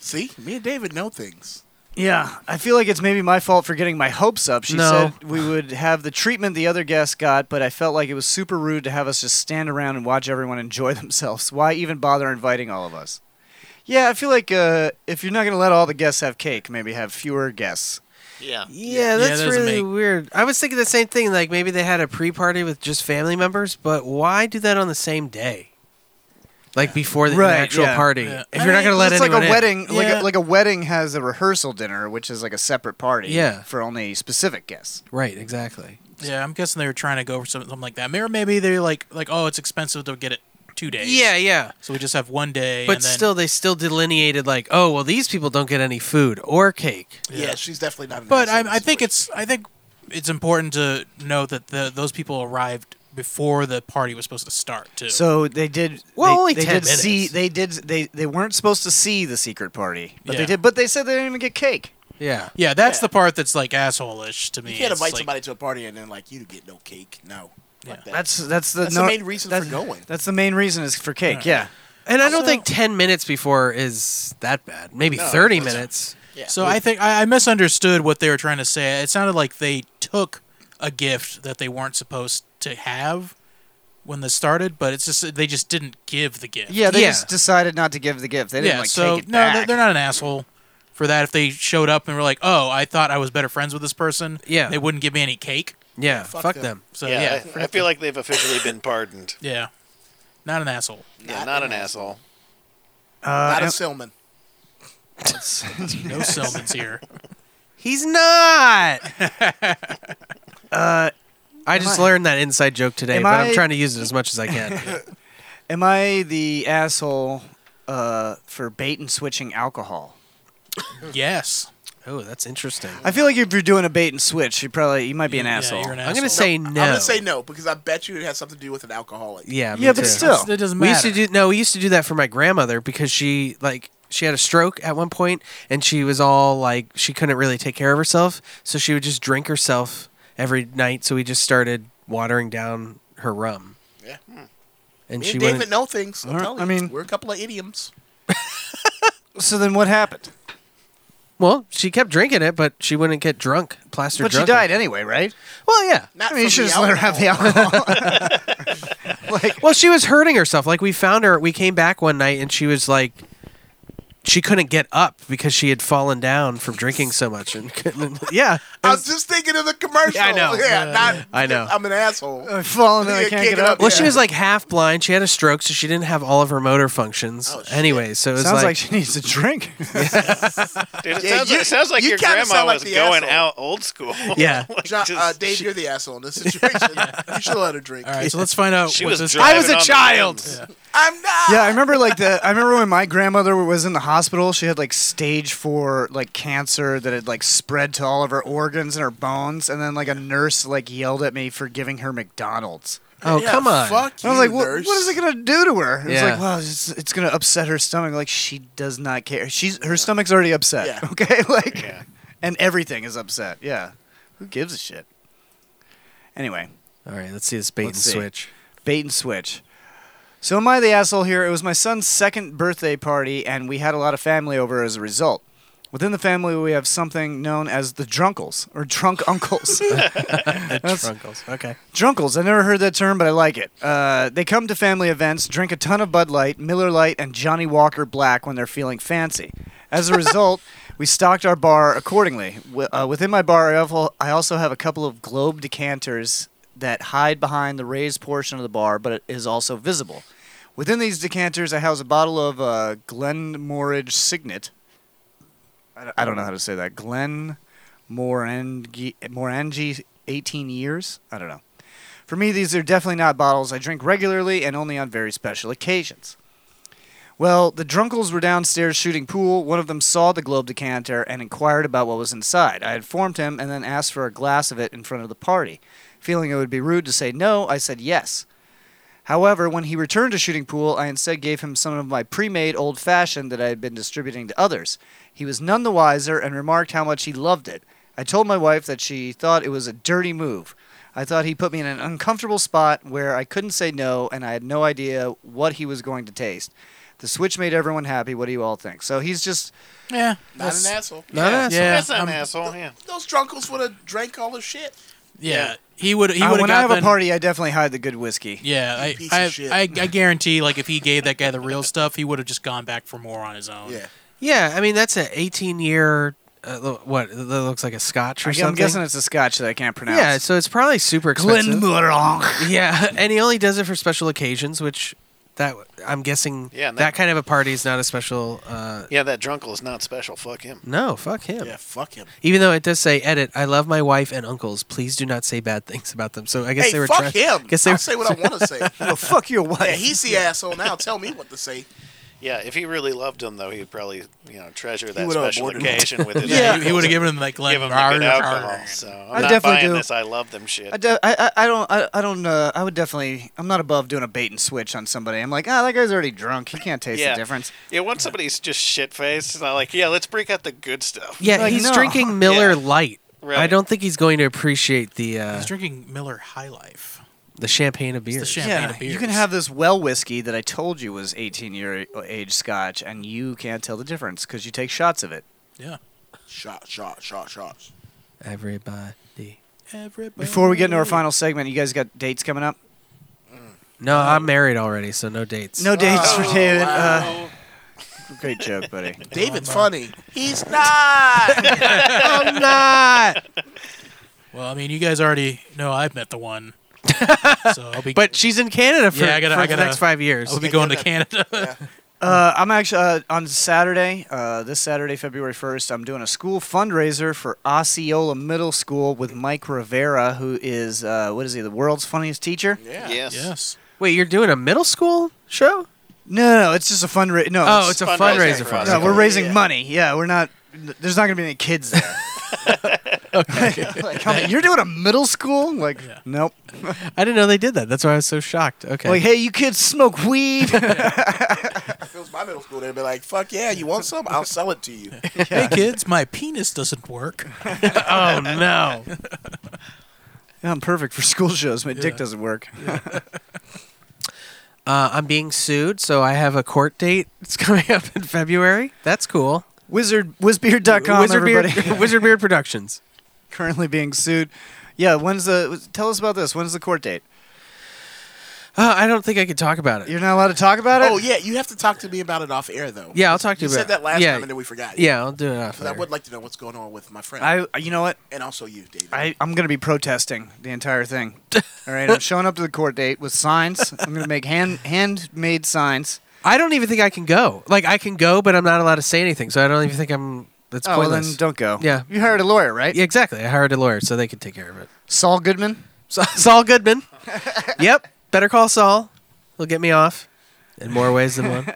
See, me and David know things. Yeah, I feel like it's maybe my fault for getting my hopes up. She No. said we would have the treatment the other guests got, but I felt like it was super rude to have us just stand around and watch everyone enjoy <laughs> themselves. Why even bother inviting all of us? Yeah, I feel like uh, if you're not going to let all the guests have cake, maybe have fewer guests. Yeah. Yeah, that's really weird. I was thinking the same thing. Like maybe they had a pre-party with just family members, but why do that on the same day? Like before the, Right, an actual yeah. party, Yeah. if I you're not mean, going to let it's anyone like a in. wedding, like Yeah. a, like a wedding has a rehearsal dinner, which is like a separate party. Yeah. for only specific guests. right, exactly. Yeah, I'm guessing they were trying to go for something, something like that. Maybe maybe they like like oh, it's expensive to get it two days. Yeah, yeah. So we just have one day. But and then, still, they still delineated like, oh, well, these people don't get any food or cake. Yeah, she's definitely not. An But I, I think it's I think it's important to note that the, those people arrived before the party was supposed to start too. So they did. Well, they, only they 10 did minutes. see. They did. They they weren't supposed to see the secret party, but they Yeah. did. But they said they didn't even get cake. Yeah. Yeah, that's the part that's like assholeish to me. You can't It's invite like- somebody to a party and then like you get no cake. No, Fuck that. That's that's the, that's no- the main reason for going. That's the main reason is for cake. Alright. Yeah. And I don't Also- think ten minutes before is that bad. Maybe No, thirty that's- minutes. <laughs> So I think I, I misunderstood what they were trying to say. It sounded like they took a gift that they weren't supposed to have when this started, but it's just they just didn't give the gift. Yeah. They just decided not to give the gift. They didn't yeah, like so take it no, back. they're- they're not an asshole for that. If they showed up and were like, "Oh, I thought I was better friends with this person," Yeah. they wouldn't give me any cake. Yeah, fuck, them. So yeah, I, I feel like they've officially been pardoned. yeah, not an asshole. Yeah, not, an, asshole. not a and- Silman. No Silmans here. He's <laughs> not. I uh, Am just I- learned that inside joke today, Am but I... I- am trying to use it as much as I <laughs> can. Am I the asshole uh, for bait and switching alcohol? yes. Oh, that's interesting. I feel like if you're doing a bait and switch, you probably you might be an asshole. I'm gonna say no. I'm gonna say no because I bet you it has something to do with an alcoholic. Yeah, me Yeah, but too. still. It doesn't We used to matter. do no. We used to do that for my grandmother because she like she had a stroke at one point and she was all like she couldn't really take care of herself, so she would just drink herself every night. So we just started watering down her rum, Yeah. Hmm. and Me she and wouldn't- David know things. I'm Alright, telling I you, mean- we're a couple of idioms. So then what happened? Well, she kept drinking it, but she wouldn't get drunk, plaster But she drunk. died anyway, right? Well, yeah. I mean, you should just let her have the <laughs> alcohol. well, she was hurting herself. Like we found her. We came back one night and she was like, she couldn't get up because she had fallen down from drinking so much. And couldn't, <laughs> yeah, I was just thinking of the commercial. Yeah, I know. Yeah, Yeah, not. yeah. I know. I'm an <laughs> asshole. I'm falling and I can't get up. Well, she was like half blind. She had a stroke, so she didn't have all of her motor functions. anyway, so it was Oh, Sounds like, like, she needs a drink. Dude, it Yeah, sounds, you- like, it sounds like you your kinda grandma sound like was the going asshole. out old school. <laughs> <laughs> Yeah. Like, John, uh, just- Dave, you're the asshole in this situation. You should let her drink. All right, so let's find out. She what was this driving I was a on the child. I'm <laughs> not. yeah, I remember like the I remember when my grandmother was in the hospital, she had like stage 4 like cancer that had like spread to all of her organs and her bones and then like a nurse like yelled at me for giving her McDonald's. Oh, Yeah, come on. fuck I was you, like, "What- nurse." what is it going to do to her? It was Yeah. like, "Well, it's, it's going to upset her stomach." Like she does not care. She's her stomach's already upset. <laughs> Okay? Like and everything is upset. Yeah. Who gives a shit? Anyway, all right, let's see this bait Let's and see. switch. Bait and switch. So am I the asshole here? It was my son's second birthday party, and we had a lot of family over as a result. Within the family, we have something known as the drunkles or drunk uncles. That's- Drunkles. Okay. Drunkles. I never heard that term, but I like it. Uh, they come to family events, drink a ton of Bud Light, Miller Light, and Johnny Walker Black when they're feeling fancy. As a result, we stocked our bar accordingly. Wi- uh, within my bar, I also- I also have a couple of globe decanters that hide behind the raised portion of the bar, but it is also visible. Within these decanters, I house a bottle of uh, Glenmorangie Signet. I don't- I don't know how to say that. Glen Morangi, Morangi 18 years? I don't know. For me, these are definitely not bottles I drink regularly and only on very special occasions. Well, the drunkles were downstairs shooting pool. One of them saw the globe decanter and inquired about what was inside. I informed him and then asked for a glass of it in front of the party. Feeling it would be rude to say no, I said yes. However, when he returned to shooting pool, I instead gave him some of my pre made old fashioned that I had been distributing to others. He was none the wiser and remarked how much he loved it. I told my wife that she thought it was a dirty move. I thought he put me in an uncomfortable spot where I couldn't say no and I had no idea what he was going to taste. The switch made everyone happy. What do you all think? So he's just. Yeah. Not an asshole. Not an asshole. Yeah, That's not an I'm- asshole. Yeah. Those drunkles would have drank all the shit. Yeah. He would. He Uh, would when I have gotten, a party, I definitely hide the good whiskey. Yeah, I, piece of I, shit. I, I guarantee, like, if he gave that guy the real stuff, he would have just gone back for more on his own. Yeah. Yeah, I mean that's an 18 year uh, lo- what that looks like a Scotch or I'm something. guessing it's a Scotch that I can't pronounce. Yeah, so it's probably super expensive. Glenmorangie. Yeah, <laughs> and he only does it for special occasions, which that I'm guessing Yeah, and that, that- kind of a party is not a special. Uh, Yeah, that drunkle is not special. Fuck him. no, fuck him. Yeah, fuck him. Even though it does say, "Edit: I love my wife and uncles. Please do not say bad <laughs> things about them." So I guess hey, they were. fuck trying- him. Guess they I'll were- say what I want to say. <laughs> No, <laughs> fuck your <laughs> wife. Yeah, he's the asshole now. Tell me what to say. Yeah, if he really loved him, though, he'd probably you know treasure that would've special aborted him. occasion with his. Yeah, he- he uncles would've and given him, like, give him the lemon- good alcohol. So I I'm not definitely buying do. this. I love them shit. I, de- I, I, I don't I, I don't uh, I would definitely I'm not above doing a bait and switch on somebody. I'm like, ah, that guy's already drunk. He can't taste yeah. the difference. Yeah, once somebody's just shit faced, it's not like, yeah, let's break out the good stuff. Yeah, he's <laughs> drinking Miller Light. Right. I don't think he's going to appreciate the uh, He's drinking Miller High Life. the champagne of beer. yeah, you can have this well whiskey that I told you was 18 year uh, age Scotch, and you can't tell the difference because you take shots of it. Yeah. Shot, shot, shot, shots. Everybody. Everybody. Before we get into our final segment, you guys got dates coming up? No, I'm married already, so no dates. No dates for David. Uh, great joke, buddy. David's funny. He's not. I'm not. Well, I mean, you guys already know I've met the <laughs> one. so I'll be. But she's in Canada for, yeah, I gotta, for I gotta, Oh. the next five years. I'll be going <laughs> to <laughs> Canada. Uh, I'm actually uh, on Saturday, uh, this Saturday, February 1st. I'm doing a school fundraiser for Osceola Middle School with Mike Rivera, who is uh, what is he, the world's funniest teacher? Yeah. Yes. Yes. Wait, you're doing a middle school show? No, no, it's just a fundraiser. No, Oh, it's a Fundraiser fundraiser for for us. us. No, we're Okay. raising money. Yeah, we're not. There's not gonna be any kids there. <laughs> Like, I'm- you're doing a middle school? Like, nope. I didn't know they did that. That's why I was so shocked. Okay. Like, hey, you kids smoke weed? <laughs> If it was my middle school, they'd be like, fuck yeah, you want some? I'll sell it to you. <laughs> Hey, kids, my penis doesn't work. <laughs> oh, no. I'm perfect for school shows. My dick doesn't work. Uh, I'm being sued, so I have a court date. It's <laughs> coming up in February. That's cool. Wizard Wizardbeard.com, Wizardbeard, <laughs> everybody. Wizardbeard Productions. Currently being sued. Yeah, when's the? Tell us about this. When's the court date? Uh, I don't think I could talk about it. You're not allowed to talk about it. Oh, yeah, you have to talk to me about it off air, though. Yeah, I'll talk to you You said about it. that last Yeah. time and then we forgot. Yeah, I'll do it off Because I air. would like to know what's going on with my friend. I, you know what? And also you, David. I, I'm going to be protesting the <laughs> entire thing. All right, I'm showing up to the court date with signs. I'm going to make hand handmade signs. I don't even think I can go. Like I can go, but I'm not allowed to say anything. So I don't even think I'm. That's Oh, well, pointless. then don't go. Yeah. You hired a lawyer, right? Yeah, exactly. I hired a lawyer, so they could take care of <laughs> it. Saul Goodman. So, Saul Goodman. yep. Better call Saul. He'll get me off in more ways than one.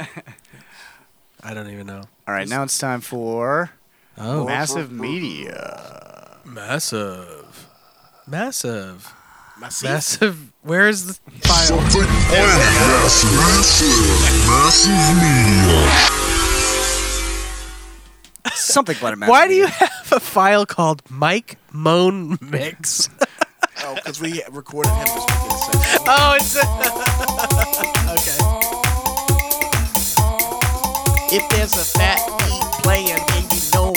<laughs> I don't even know. All right, now it's time for Oh. <laughs> massive media. Massive. Massive. Massive. Massive. Where is the file? Massive, massive media. Something but a massive. Why do you have a file called Mike Moan Mix? <laughs> Oh, because we recorded him this weekend. oh, it's. okay. If there's a fat beat playing and you know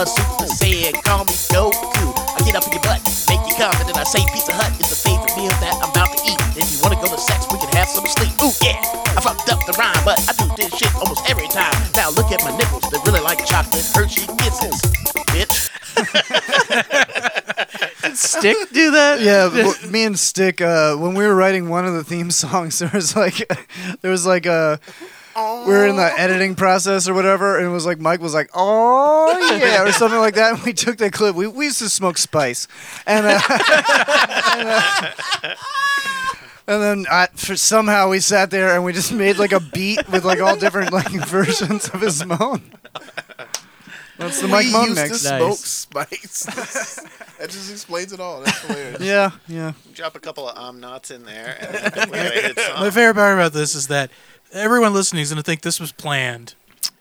a super saiyan. Call me Goku. I get up in your butt, make you come, and then I say Pizza Hut is the favorite meal that I'm about to eat. If you wanna go to sex, we can have some sleep. Ooh yeah, I fucked up the rhyme, but I do this shit almost every time. Now look at my nipples, they're really like chocolate Hershey kisses, bitch. Stick do that? <laughs> Yeah, w- <laughs> me and Stick. Uh, when we were writing one of the theme songs, <laughs> there was like, there was like a. We were in the editing process or whatever, and it was like Mike was like, "Oh yeah," or something like that. And we took that clip. We, we used to smoke spice, and uh, <laughs> and, uh, and then I, for, somehow we sat there and we just made like a beat with like all different like <laughs> versions of his moan. That's the Mike We Moan used mix. To smoke spice. <laughs> that just explains it all. That's hilarious. Yeah, yeah. Drop a couple of omnots in there. <laughs> And we're gonna hit some. My favorite part about this is that everyone listening is going to think this was planned.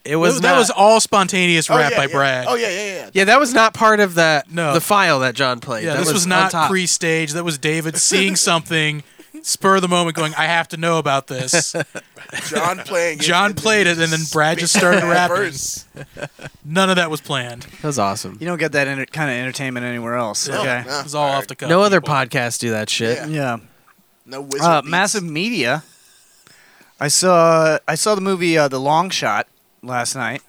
It was That, that not. was all spontaneous Oh, rap yeah, by yeah. Brad. Oh, yeah, yeah, yeah. Yeah, that was not part of that. No. the file that John played. Yeah, that this was, on not top. pre-staged. That was David <laughs> seeing something, spur of the moment, going, "I have to know about <laughs> this." John <laughs> playing. it John and then played it, and then Brad just <laughs> started spit rapping. verse. None of that was planned. That was awesome. You don't get that enter- kind of entertainment anywhere else. No, okay, no. It was all off the cuff, No other podcasts do that shit. Yeah. No Uh, massive media. I saw I saw the movie uh, The Long Shot last night.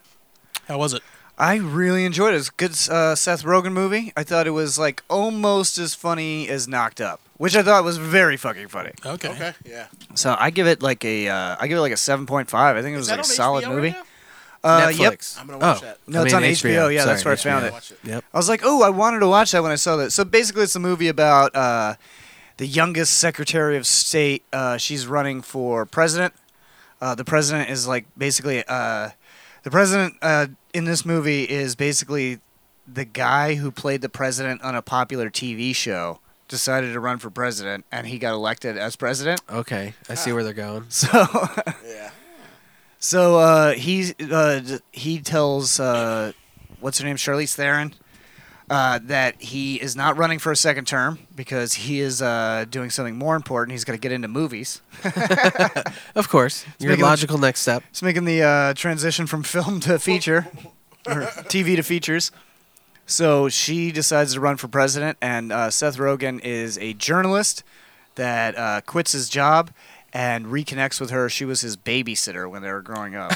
How was it? I really enjoyed it. It's a good uh, Seth Rogen movie. I thought it was like almost as funny as Knocked Up, which I thought was very fucking funny. Okay. Okay. Yeah. So I give it like a uh, I give it like a seven point five. I think it was that like a on solid HBO movie. right Uh, Netflix. Yep. I'm gonna watch Oh. that. No, I it's mean, on HBO. HBO. Yeah, that's where Sorry, I found HBO. it. Yep. I was like, oh, I wanted to watch that when I saw that. So basically, it's a movie about uh, the youngest Secretary of State. Uh, she's running for president. Uh, the president is like basically uh, the president uh, in this movie is basically the guy who played the president on a popular TV show decided to run for president, and he got elected as president. Okay, I see where they're going. <laughs> So So uh, he uh, d- he tells uh, what's her name, Charlize Theron, uh, that he is not running for a second term because he is uh, doing something more important. He's going to get into movies. of course, your making- logical next step. He's making the uh, transition from <laughs> film to feature, or TV to features. So she decides to run for president, and uh, Seth Rogen is a journalist that uh, quits his job and reconnects with her. She was his babysitter when they were growing up.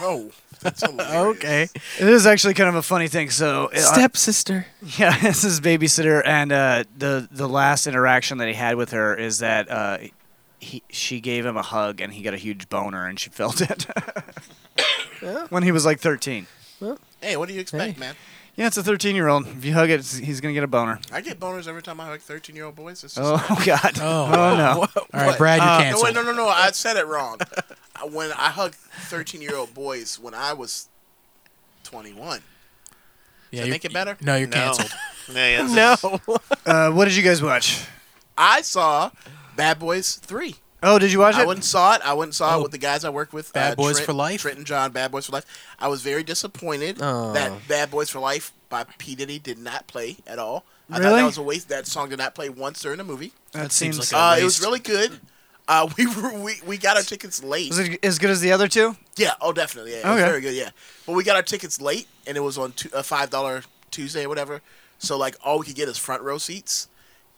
Oh. okay. It is actually kind of a funny thing. So uh, Stepsister. <laughs> yeah, this is babysitter, and uh, the the last interaction that he had with her is that uh, he she gave him a hug, and he got a huge boner, and she <laughs> felt it when he was like thirteen. Hey, what do you expect, man? Yeah, it's a thirteen-year-old. If you hug it, it's- he's gonna get a boner. I get boners every time I hug 13 year old boys. It's just <laughs> Oh God! Oh. no! All right, Brad, you're Uh, no, canceled. wait, no, no, no. I said it wrong. <laughs> I- when I hugged 13 year old boys when I was 21. Yeah, Does that you- make it better? no, you're No. <laughs> canceled. no. Uh, what did you guys watch? I saw Bad Boys 3. Oh, did you watch I it? Oh, went and saw it. I went and saw it with the guys I work with. Bad Boys for Life. Trent and John, Bad Boys for Life. I was very disappointed Oh. that Bad Boys for Life by P Diddy did not play at all. I thought Really? that was a waste. That song did not play once during the movie. That That seems seems- like uh, a it was waste. really good. Uh, <laughs> we were we, we got our tickets late. Was it as good as the other two? Yeah. Oh, definitely. Yeah. It was Okay. very good. Yeah. But we got our tickets late, and it was on two, a five dollar Tuesday or whatever. So like all we could get is front row seats.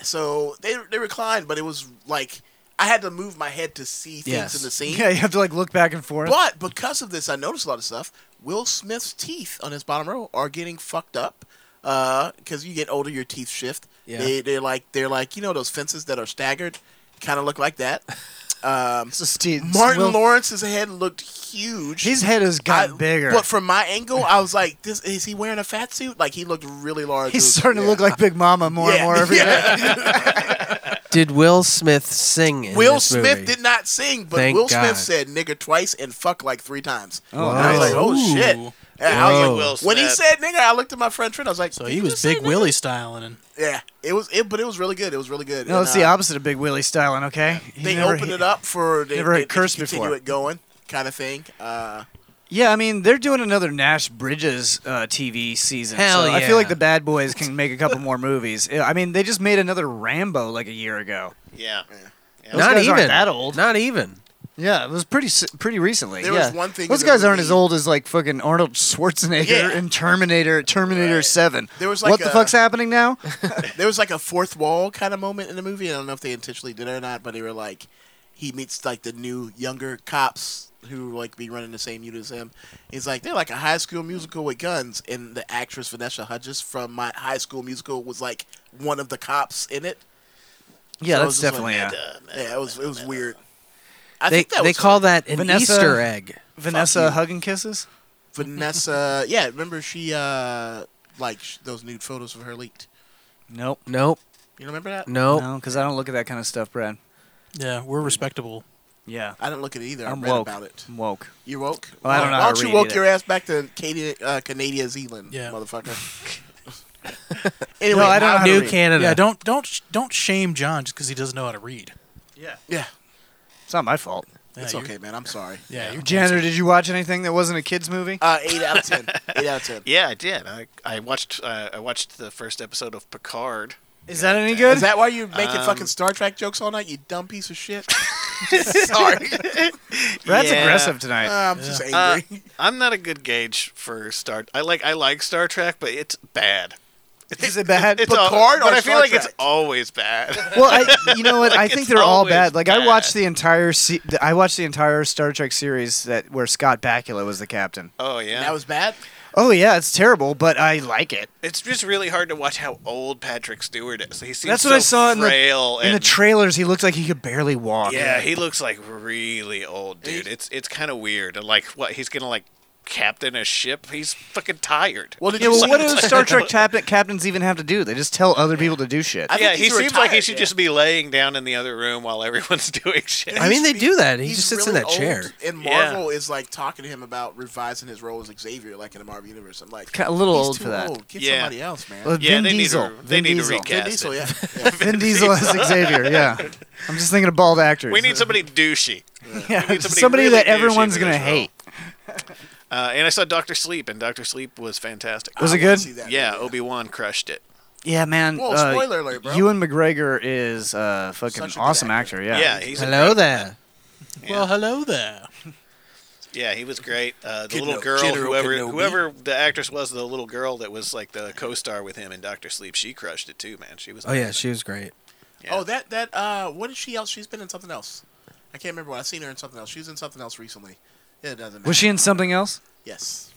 So they they reclined, but it was like I had to move my head to see things in <laughs> the scene. Yeah, you have to like look back and forth. But because of this, I noticed a lot of stuff. Will Smith's teeth on his bottom row are getting fucked up. Because you get older, your teeth shift. Yeah. They, they're like they're like you know those fences that are staggered, kind of look like that. Um, Martin <laughs> Will- Lawrence's head looked huge. His head has gotten bigger. But from my angle, I was like, "This is he wearing a fat suit? Like he looked really large." He's starting to look like Big Mama more and more <laughs> every day. Did Will Smith sing? In Will this Smith movie? did not sing, but Thank Will Smith God. said "nigger" twice and "fuck" like three times. Oh, And I was nice. like, "Oh Ooh. shit!" And I was Whoa. Oh. like, Will when he Smith. said "nigger," I looked at my friend Trent. I was like, So "Did he you was just say Big Willie styling, and nigger?" Yeah, it was. It, but it was really good. It was really good. No, And, it's the uh, opposite of Big Willie styling. Okay. He They never- opened he- it up for they, never they, had cursed they continue before. it going, kind of thing. Uh, Yeah, I mean they're doing another Nash Bridges uh, TV season. Hell so I yeah. feel like the Bad Boys can make a <laughs> couple more movies. Yeah, I mean they just made another Rambo like a year ago. Yeah. Those guys aren't that old. Not even. Yeah, it was pretty s- pretty recently. There yeah. was one thing Those in the guys aren't movie- as old as like fucking Arnold Schwarzenegger Yeah. in Terminator Terminator Seven. There was, like, what the a- fuck's happening <laughs> now? there was like a fourth wall kind of moment in the movie. I don't know if they intentionally did it or not, but they were like, he meets like the new younger cops who like be running the same unit as him. He's like, they're like a high school musical with guns, and the actress Vanessa Hudgens from my high school musical was like one of the cops in it. Yeah, I that's was just like, definitely a- yeah. It was it was weird. I They- think that they was call her. that an Vanessa- Easter egg. Vanessa Fuck you. hugging kisses. <laughs> Vanessa, yeah, remember she uh like sh- those nude photos of her leaked. Nope. Nope. You remember that? No, because I don't look at that kind of stuff, Brad. Yeah, we're respectable. Yeah. I didn't look at it either. I'm I read woke. about it. I'm woke. You woke? Well, I don't know Why how don't to you read woke either. your ass back to Canada, uh, Canada, <laughs> Zealand, motherfucker? anyway, now I'm reading. Yeah, don't don't sh- don't shame John just because he doesn't know how to read. Yeah. Yeah. It's not my fault. It's okay, <laughs> man. I'm sorry. Yeah, you're Janitor, did you watch anything that wasn't a kids movie? Uh, eight out of ten. Eight out of ten. Yeah, I did. I, I watched uh, I watched the first episode of Picard. Is that any <laughs> good? Is that why you're making Um, fucking Star Trek jokes all night? You dumb piece of shit. <laughs> sorry. <laughs> Brad's aggressive tonight. Uh, I'm just Uh, angry. I'm not a good gauge for Star. I like I like Star Trek, but it's bad. Is it bad? It's all- Picard but or I feel Star like Trek? it's always bad. <laughs> <laughs> well, I, you know what? Like, I think it's they're all always bad. Like I watched the entire se- the- I watched the entire Star Trek series that where Scott Bakula was the captain. Oh yeah, that was bad. Oh yeah, it's terrible, but I like it. It's just really hard to watch how old Patrick Stewart is. He seems That's what so I saw in frail the in the and- trailers. He looked like he could barely walk. Yeah, he looks like really old, dude. It's it's kind of weird. And like, what he's gonna like captain a ship? He's fucking tired. Well, yeah, well, what do <laughs> Star Trek captain, captains even have to do? They just tell other people to do shit. yeah, he he's seems like he retired, should yeah. just be laying down in the other room while everyone's <laughs> doing shit. I mean, they do that. He He's just sits in really that chair. old, And Yeah. Marvel is like talking to him about revising his role as Xavier, like in the Marvel universe. I'm like, Ca- a little he's old too for that. Old. Get Yeah. somebody else, man. Well, Yeah, Uh, Vin they need to- Diesel. they Vin need to Diesel. recast Vin Diesel, it. yeah. <laughs> Vin Diesel as Xavier. Yeah, I'm just thinking of bald actors. <laughs> We need somebody douchey. Yeah, We <laughs> need somebody really that douchey everyone's for gonna this role. hate. <laughs> Uh, and I saw Doctor Sleep, and Doctor Sleep was fantastic. Ah, Was it I wanna good? see yeah, Obi Wan crushed it. Yeah, man. Whoa, uh, spoiler alert, bro. Ewan McGregor is uh, fucking awesome actor. Yeah. Yeah, he's a Hello there. Well, hello there. Yeah, he was great. Uh, the Kid little Kenobi. girl, General whoever Kenobi. whoever the actress was, the little girl that was like the co-star with him in Doctor Sleep, she crushed it too, man. She was. Oh yeah, she was great. Oh, that that uh, what is she else? She's been in something else. I can't remember what I've seen her in something else. She was in something else recently. It doesn't. Matter. Was she in something else? Yes.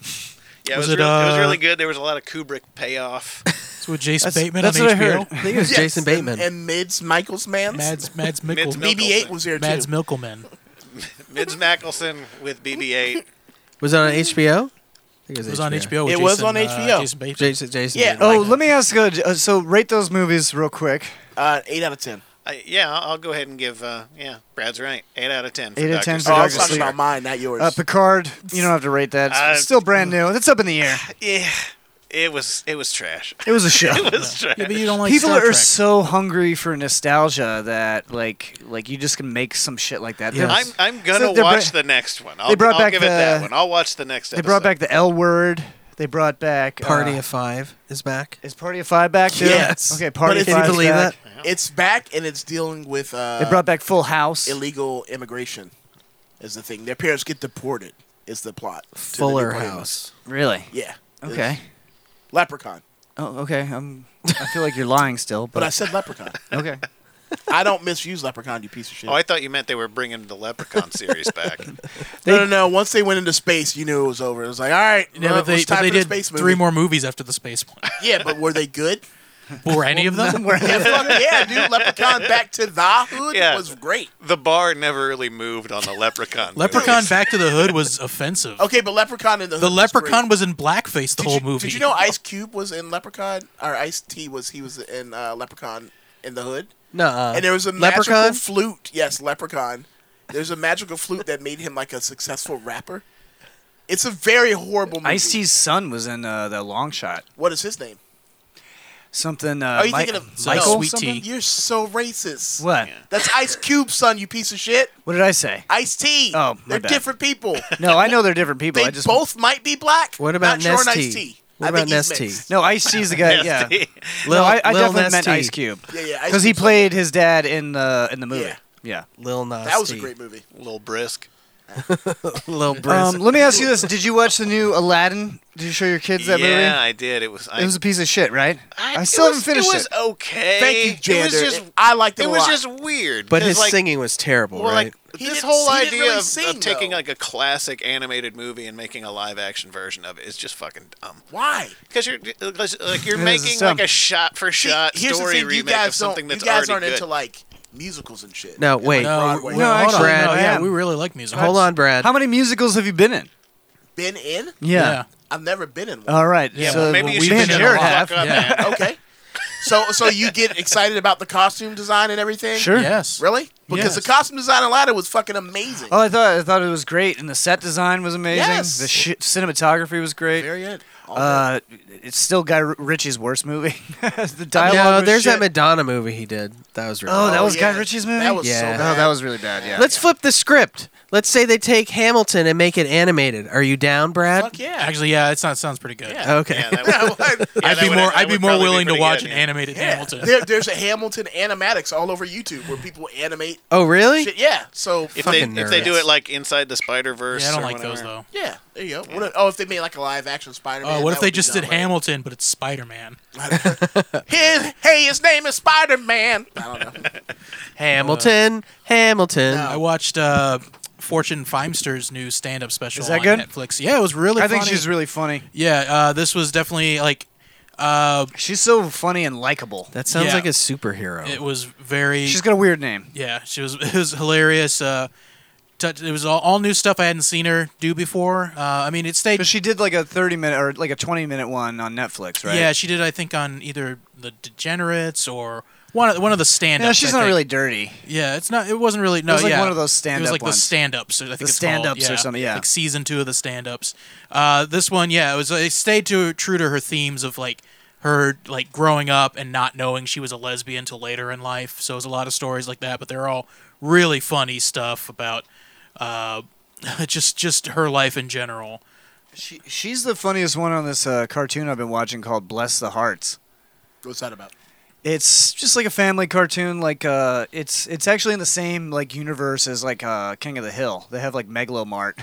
Yeah, it Was was, it, really, it was uh, really good. There was a lot of Kubrick <laughs> payoff. It's with Jason That's- Bateman that's on what I HBO. <laughs> heard. I think it was Yes, Jason Bateman. and, and Mids Michaels Mans. Mads Mads Mikkel. BB-8 was there Mads too. Mikkelman. Mids Mackelson with BB-8. Was it on HBO? I think It was on HBO It was on HBO. Jason, Jason Yeah. Bateman. Oh, let me ask. Uh, j- uh, so rate those movies real quick. Uh, eight out of ten. I, yeah, I'll I'll go ahead and give. Uh, yeah, Brad's right. Eight out of ten. For Eight out of Dr. ten for Sleep. Oh, Dr. Sleep. Uh, Picard, you don't have to rate that. It's Uh, still brand new. It's up in the air. yeah, it was it was trash. <laughs> It was a show. <laughs> it was trash. People are so hungry for nostalgia that like like you just can make some shit like that. They're- I'm <laughs> I'm so gonna they're bra- watch the next one. I'll, they brought I'll back give the, it that one. I'll watch the next. They brought episode. back the L word. They brought back Party uh, of Five is back. Is Party of Five back too? Yes. Okay, Party of Can you Five's believe back. It's back and it's dealing with. Uh, They brought back Full House. Illegal immigration is the thing. Their parents get deported. Is the plot. to the new Fuller Playhouse. House. Really? Yeah. Okay. Leprechaun. Oh, okay. I'm. I feel like you're lying still, but, But I said leprechaun. okay. <laughs> I don't misuse leprechaun, you piece of shit. Oh, I thought you meant they were bringing the Leprechaun series back. <laughs> no, no, no. Once they went into space, you knew it was over. It was like, all right, Yeah, well, but they, it's time but they for the did space movie. three more movies after the space one. Yeah, but were they good? <laughs> Were any of them? yeah, fuck yeah, dude. Leprechaun back to the hood Yeah. was great. The bar never really moved on the Leprechaun. Leprechaun Back to the Hood was offensive. Okay, but Leprechaun in the The Hood was great. Leprechaun was in blackface the whole movie. Did you know Ice Cube was in Leprechaun? Or Ice T was he was in uh, Leprechaun in the Hood? Uh, Nuh-uh. And there was a Leprechaun? magical flute. Yes, Leprechaun. There's a magical flute that made him like a successful rapper. It's a very horrible movie. Ice T's son was in uh, the Long Shot. What is his name? Something. Uh, Are you Mi- thinking of Michael? no, something? You're so racist. What? That's Ice Cube, son. You piece of shit. What did I say? Ice T. Oh, my they're bad. different people. <laughs> No, I know they're different people. they I just both might be black. What about Not sure on Nesty? Ice T. What I about think he's Nesty? mixed. No, Ice T's the <laughs> guy. yeah. Nesty. No, I, I Lil- Lil definitely Nas meant T. Ice Cube. Yeah, yeah, Ice Because he Cube's played his dad in the in the movie. Yeah. Yeah. Lil Nas. That was a great movie. Little brisk. <laughs> Lil Um, let me ask you this: Did you watch the new Aladdin? Did you show your kids that movie? Yeah, I did. It was. I, it was a piece of shit, right? I, still haven't finished it. Was okay. Thank you, It was Jander. just. I liked it It a was lot. just weird. But because, his like, singing was terrible, Well, right? like this whole he didn't idea really of, sing, of taking like a classic animated movie and making a live action version of it is just fucking dumb. Why? Because you're 'cause, like you're It is making dumb. like a shot for shot Here's the story thing: you remake guys of something don't. that's You guys aren't already good. into like musicals and shit. No, And, wait. like, No, Broadway. we- no, Hold on. actually, Brad. no, yeah, yeah. we really like music. Hold on, Brad. How many musicals have you been in? Been in? Yeah. Yeah. I've never been in one. All right. so we and Jared have. <laughs> okay. So, so you get excited about the costume design and everything? Sure. Yes. Really? Yes. Because the costume design in Aladdin was fucking amazing. Oh, I thought I thought it was great, and the set design was amazing. Yes. The shit cinematography was great. Very good. Uh, it's still Guy R- Ritchie's worst movie. <laughs> the dialogue. No, was there's shit. that Madonna movie he did. That was really Oh, bad. that was Guy Ritchie's movie. That was so yeah. Yeah. bad. Oh, that was really bad. Yeah. Let's flip the script. Let's say they take Hamilton and make it animated. Are you down, Brad? yeah. Actually, yeah, it sounds sounds pretty good. Okay. <laughs> <laughs> I'd be more I'd be more willing to watch an animated <laughs> Yeah. Hamilton. There, there's a Hamilton animatics all over YouTube where people animate. Oh, really? Shit. Yeah. So If they if they do it like inside the Spider Verse, Yeah, I don't like whatever. those, though. Yeah, there you go. What if- oh, if they made like a live action Spider Man. Oh, what if they just did Hamilton, but it's Spider Man? His, hey, his name is Spider Man. I don't know. Hamilton, Hamilton. I watched uh, Fortune Feimster's new stand up special Is that on good? Netflix. Yeah, it was really I think funny. she's really funny. Yeah, uh, this was definitely like. Uh, she's so funny and likable. That sounds Yeah. like a superhero. It was very. She's got a weird name. Yeah, she was. <laughs> It was hilarious. Uh, touch, it was all, all new stuff I hadn't seen her do before. Uh, I mean, it stayed. But she did like a thirty minute or like a twenty minute one on Netflix, right? Yeah, she did. I think on either the Degenerates or one of one of the stand-ups. No, she's I not think. really dirty. Yeah, it's not. It wasn't really. No, It was like yeah. one of those It was stand-up like the ones. stand-ups. I think The it's called, stand-ups or something, yeah. like season two of the stand-ups. Uh, this one, yeah, it was. It stayed to, true to her themes of like her like growing up and not knowing she was a lesbian until later in life. So it was a lot of stories like that, but they're all really funny stuff about uh, <laughs> just just her life in general. <laughs> She she's the funniest one on this uh, cartoon I've been watching called Bless the Hearts. What's that about? It's just like a family cartoon. Like uh, it's it's actually in the same like universe as like uh, King of the Hill. They have like Megalomart.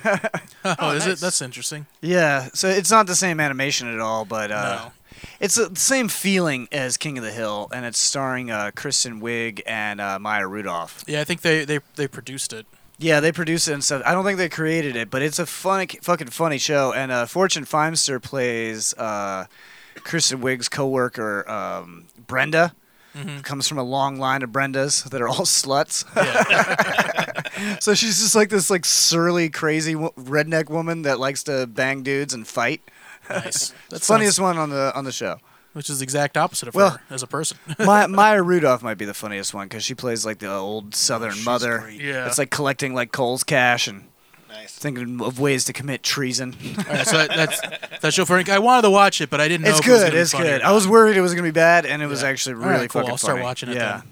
<laughs> Oh, is it? That's interesting. yeah, so it's not the same animation at all, but uh, it's the same feeling as King of the Hill, and it's starring uh, Kristen Wiig and uh, Maya Rudolph. Yeah, I think they they, they produced it. Yeah, they produce it and stuff. I don't think they created it, but it's a funny, fucking funny show. And uh, Fortune Feimster plays uh, Kristen Wiig's coworker um, Brenda. Mhm. Comes from a long line of Brendas that are all sluts. <laughs> so she's just like this like surly, crazy wo- redneck woman that likes to bang dudes and fight. <laughs> Nice. That funniest sounds- one on the on the show. Which is the exact opposite of Well, her as a person. <laughs> <laughs> My, Maya Rudolph might be the funniest one because she plays like the old Southern mother. Yeah. it's like collecting like Cole's cash and thinking of ways to commit treason. All right, so that, that's that show for I wanted to watch it, but I didn't know. it's if it was good. gonna be It's funny or good. not. Oh, I was worried it was gonna be bad, and it was actually All really right, cool. fucking I'll start funny. watching it Yeah.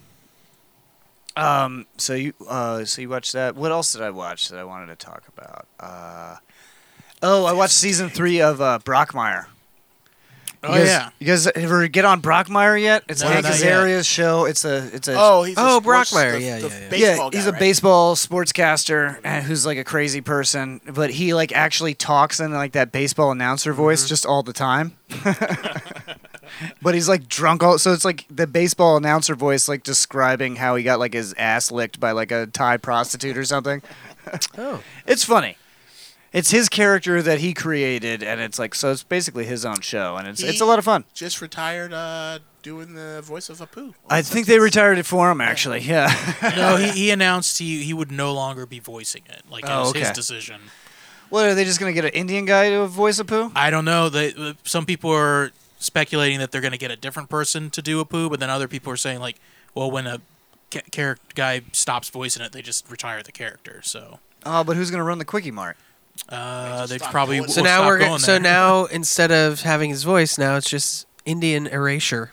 Um. So you. Uh. So you watched that. What else did I watch that I wanted to talk about? Uh. Oh, I watched season three of uh, Brockmire. You Oh, guys- yeah. You guys ever get on Brockmire yet? It's No, Hank not yet. Azaria's show. It's a. It's a. Oh, he's a Oh, sports- Brockmire, the- yeah, the yeah, yeah. baseball yeah, he's guy, a right? baseball sportscaster uh, who's like a crazy person, but he like actually talks in like that baseball announcer voice Mm-hmm. just all the time. <laughs> but he's like drunk all so it's like the baseball announcer voice like describing how he got like his ass licked by like a Thai prostitute or something. <laughs> oh. It's funny. It's his character that he created and it's like so it's basically his own show and it's it's a He lot of fun. Just retired uh, doing the voice of Apu. I think they retired it for him actually. Yeah. <laughs> no, he, he announced he, he would no longer be voicing it. Like it Oh, was his okay. decision. <laughs> What are they just going to get an Indian guy to voice a poo? I don't know. They, uh, some people are speculating that they're going to get a different person to do a poo, but then other people are saying like, well, when a ca- character guy stops voicing it, they just retire the character. So Oh, but who's going to run the quickie mart? uh, they probably will So now stop we're going go- so there. now instead of having his voice, now it's just Indian erasure.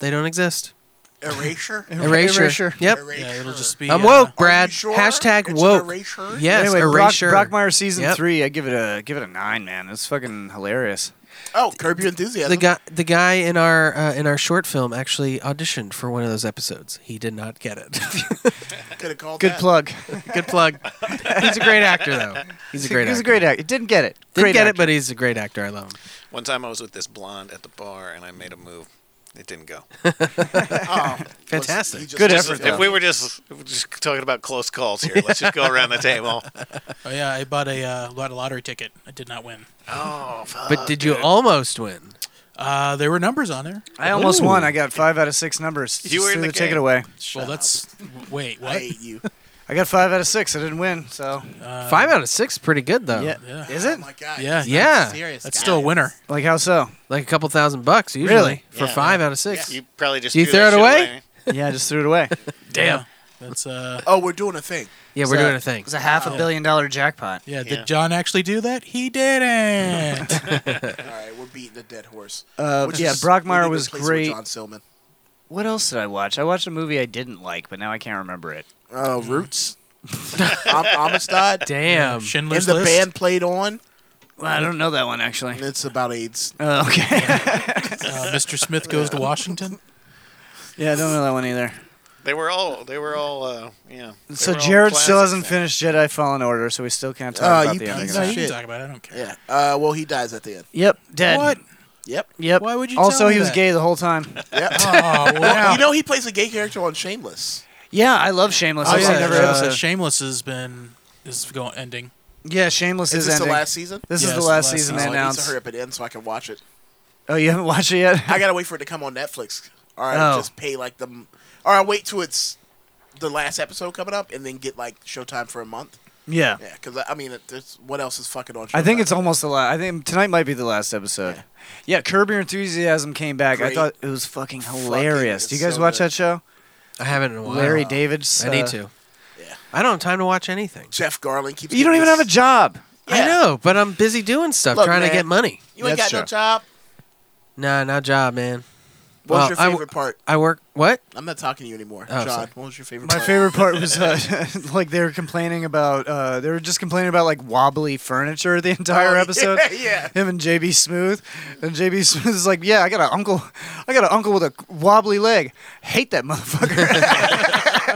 They don't exist. Erasure? Erasure. <laughs> Erasure. Yep. <laughs> Yeah, it'll just be. I'm uh, woke, Brad. Hashtag woke. Yes, anyway, erasure. Brock, Brockmire season Yep. three. I give it a give it a nine, man. It's fucking hilarious. Oh, curb your enthusiasm. The guy, the guy in our uh, in our short film actually auditioned for one of those episodes. He did not get it. <laughs> Could have called Good that. plug. Good plug. He's a great actor, though. He's <laughs> a great He's actor. a great actor. Didn't get it. Didn't great get it, actor. but he's a great actor. I love him. One time I was with this blonde at the bar and I made a move. It <laughs> didn't go. Fantastic. You just- Good just- effort, If though. we were just, if we're just talking about close calls here, let's just go around <laughs> the table. Oh yeah, I bought a uh, lot of lottery ticket. I did not win. Oh, fuck. But did you almost win? Uh, there were numbers on there. I almost won. I got five out of six numbers. You Just were in threw the the, ticket game. away. well, that's wait. What? I hate you. I got five out of six. I didn't win. So Five out of six, is pretty good though. Yeah. Is Oh, it? Yeah. Yeah. <laughs> Serious, That's still a winner. Like how so? Like a couple thousand bucks usually Really? for Yeah. five out of six. You probably just you threw throw that it shit away. yeah, I just threw <laughs> it away. Damn. That's uh. Oh, we're doing a thing. Yeah, we're doing a thing. It's a half a billion dollar jackpot. Yeah. Did John actually do that? He didn't. All right, we're beating a dead horse. Uh, Which yeah, is- we need Brockmire to was replace it with great. John Silman. What else did I watch? I watched a movie I didn't like, but now I can't remember it. Uh, Roots. Am- Amistad. Damn. Schindler's and the List? band played on. Well, I don't know that one actually. It's about AIDS. Oh, okay. <laughs> <laughs> Uh, Mr. Smith goes to Washington. Yeah, I don't know that one either. They were all, they were all, uh, yeah. they So were all Jared still classics. hasn't finished Jedi Fallen Order, so we still can't talk Oh, about you the ending. piece of of that. shit. Talk about it. I don't care. Yeah. Uh, well, he dies at the end. Yep, dead. <laughs> What? Yep. Yep. Why would you Also, tell me he was that? gay the whole time. Yep. Oh, <laughs> wow. You know he plays a gay character on Shameless. <laughs> Yeah, I love Shameless. I've seen every uh, episode. Shameless has been is going ending. Yeah, Shameless Is is, this ending. the last season? This Yeah, is it's the the last last season Oh, they I need to announced. hurry up and end so I can watch it. Oh, you haven't watched it yet? I gotta wait for it to come on Netflix, or I Oh. just pay like the, or I wait till it's the last episode coming up and then get like Showtime for a month. Yeah. Yeah, because I mean, it, there's- what else is fucking on? Showtime? I think it's almost the last. I think tonight might be the last episode. Yeah, Curb Your Enthusiasm came back. I Great. thought it was fucking hilarious. it's Do you guys so watch good. that show? I haven't in a while. Larry David's. I need uh, to. I don't have time to watch anything. Jeff Garland keeps. You don't even have a job. I know, but I'm busy doing stuff, Look, trying man, to get money. You ain't That's got no true. job. Nah, no job, man. What was Well, your I w- favorite part? I work. What? I'm not talking to you anymore, Oh, John. sorry. What was your favorite? My part? favorite part was uh, <laughs> like they were complaining about uh, they were just complaining about like wobbly furniture the entire Oh, <laughs> episode. yeah, Him and JB Smooth, and JB Smooth is like, yeah, I got an uncle, I got an uncle with a wobbly leg. Hate that motherfucker. <laughs>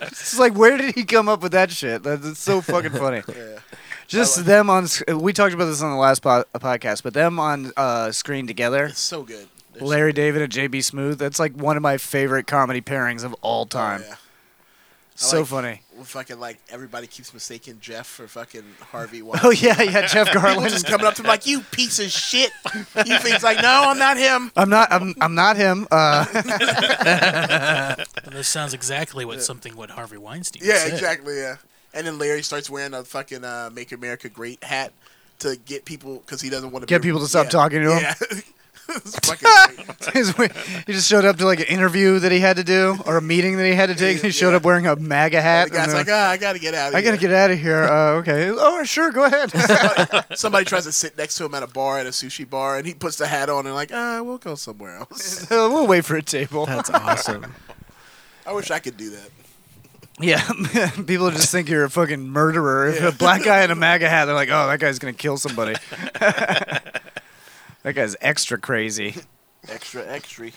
it's like, where did he come up with that shit? That's it's so fucking <laughs> funny. Just them on. sc- We talked about this on the last po- podcast, but them on uh, screen together. It's so good. They're Larry David and JB Smooth. That's like one of my favorite comedy pairings of all time. Oh, yeah. I So like- funny. <laughs> Well, fucking like everybody keeps mistaking Jeff for fucking Harvey <laughs> Oh Weinstein. yeah, yeah. <laughs> Jeff People Garland just coming up to him like, "You piece of shit." He thinks like, "No, I'm <laughs> not him." I'm not. I'm. I'm not him. Uh, <laughs> This sounds exactly what something what Harvey Weinstein. Yeah, said. exactly. Yeah. And then Larry starts wearing a fucking uh, "Make America Great" hat to get people because he doesn't want to Get people to stop talking to him. Yeah. <laughs> It's fucking <laughs> great. his way- he just showed up to like an interview that he had to do or a meeting that he had to take. and he showed up wearing a MAGA hat. The guy's and like, they're "Ah, I gotta get out. Of I here. gotta get out of here. Uh, okay. Oh, sure. Go <laughs> ahead. <laughs> Somebody tries to sit next to him at a bar at a sushi bar, and he puts the hat on and like, ah, we'll go somewhere else. So we'll wait for a table. <laughs> That's awesome. I wish I could do that. Yeah, people just think you're a fucking murderer. If a black guy in a MAGA hat, they're like, "Oh, that guy's gonna kill somebody." <laughs> that guy's extra crazy. Extra, extra.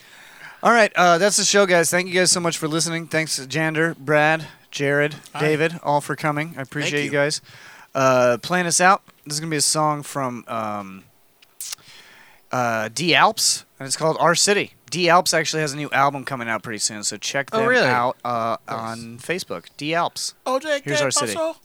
All right, uh, that's the show, guys. Thank you guys so much for listening. Thanks, Jander, Brad, Jared, David, all for coming. I appreciate you. you. guys. Uh, playing us out. This is gonna be a song from um, uh, D Alps, and it's called Our City. D Alps actually has a new album coming out pretty soon, so check Oh, them really? out uh, on Facebook. D Alps. OJ, Here's our city. Also?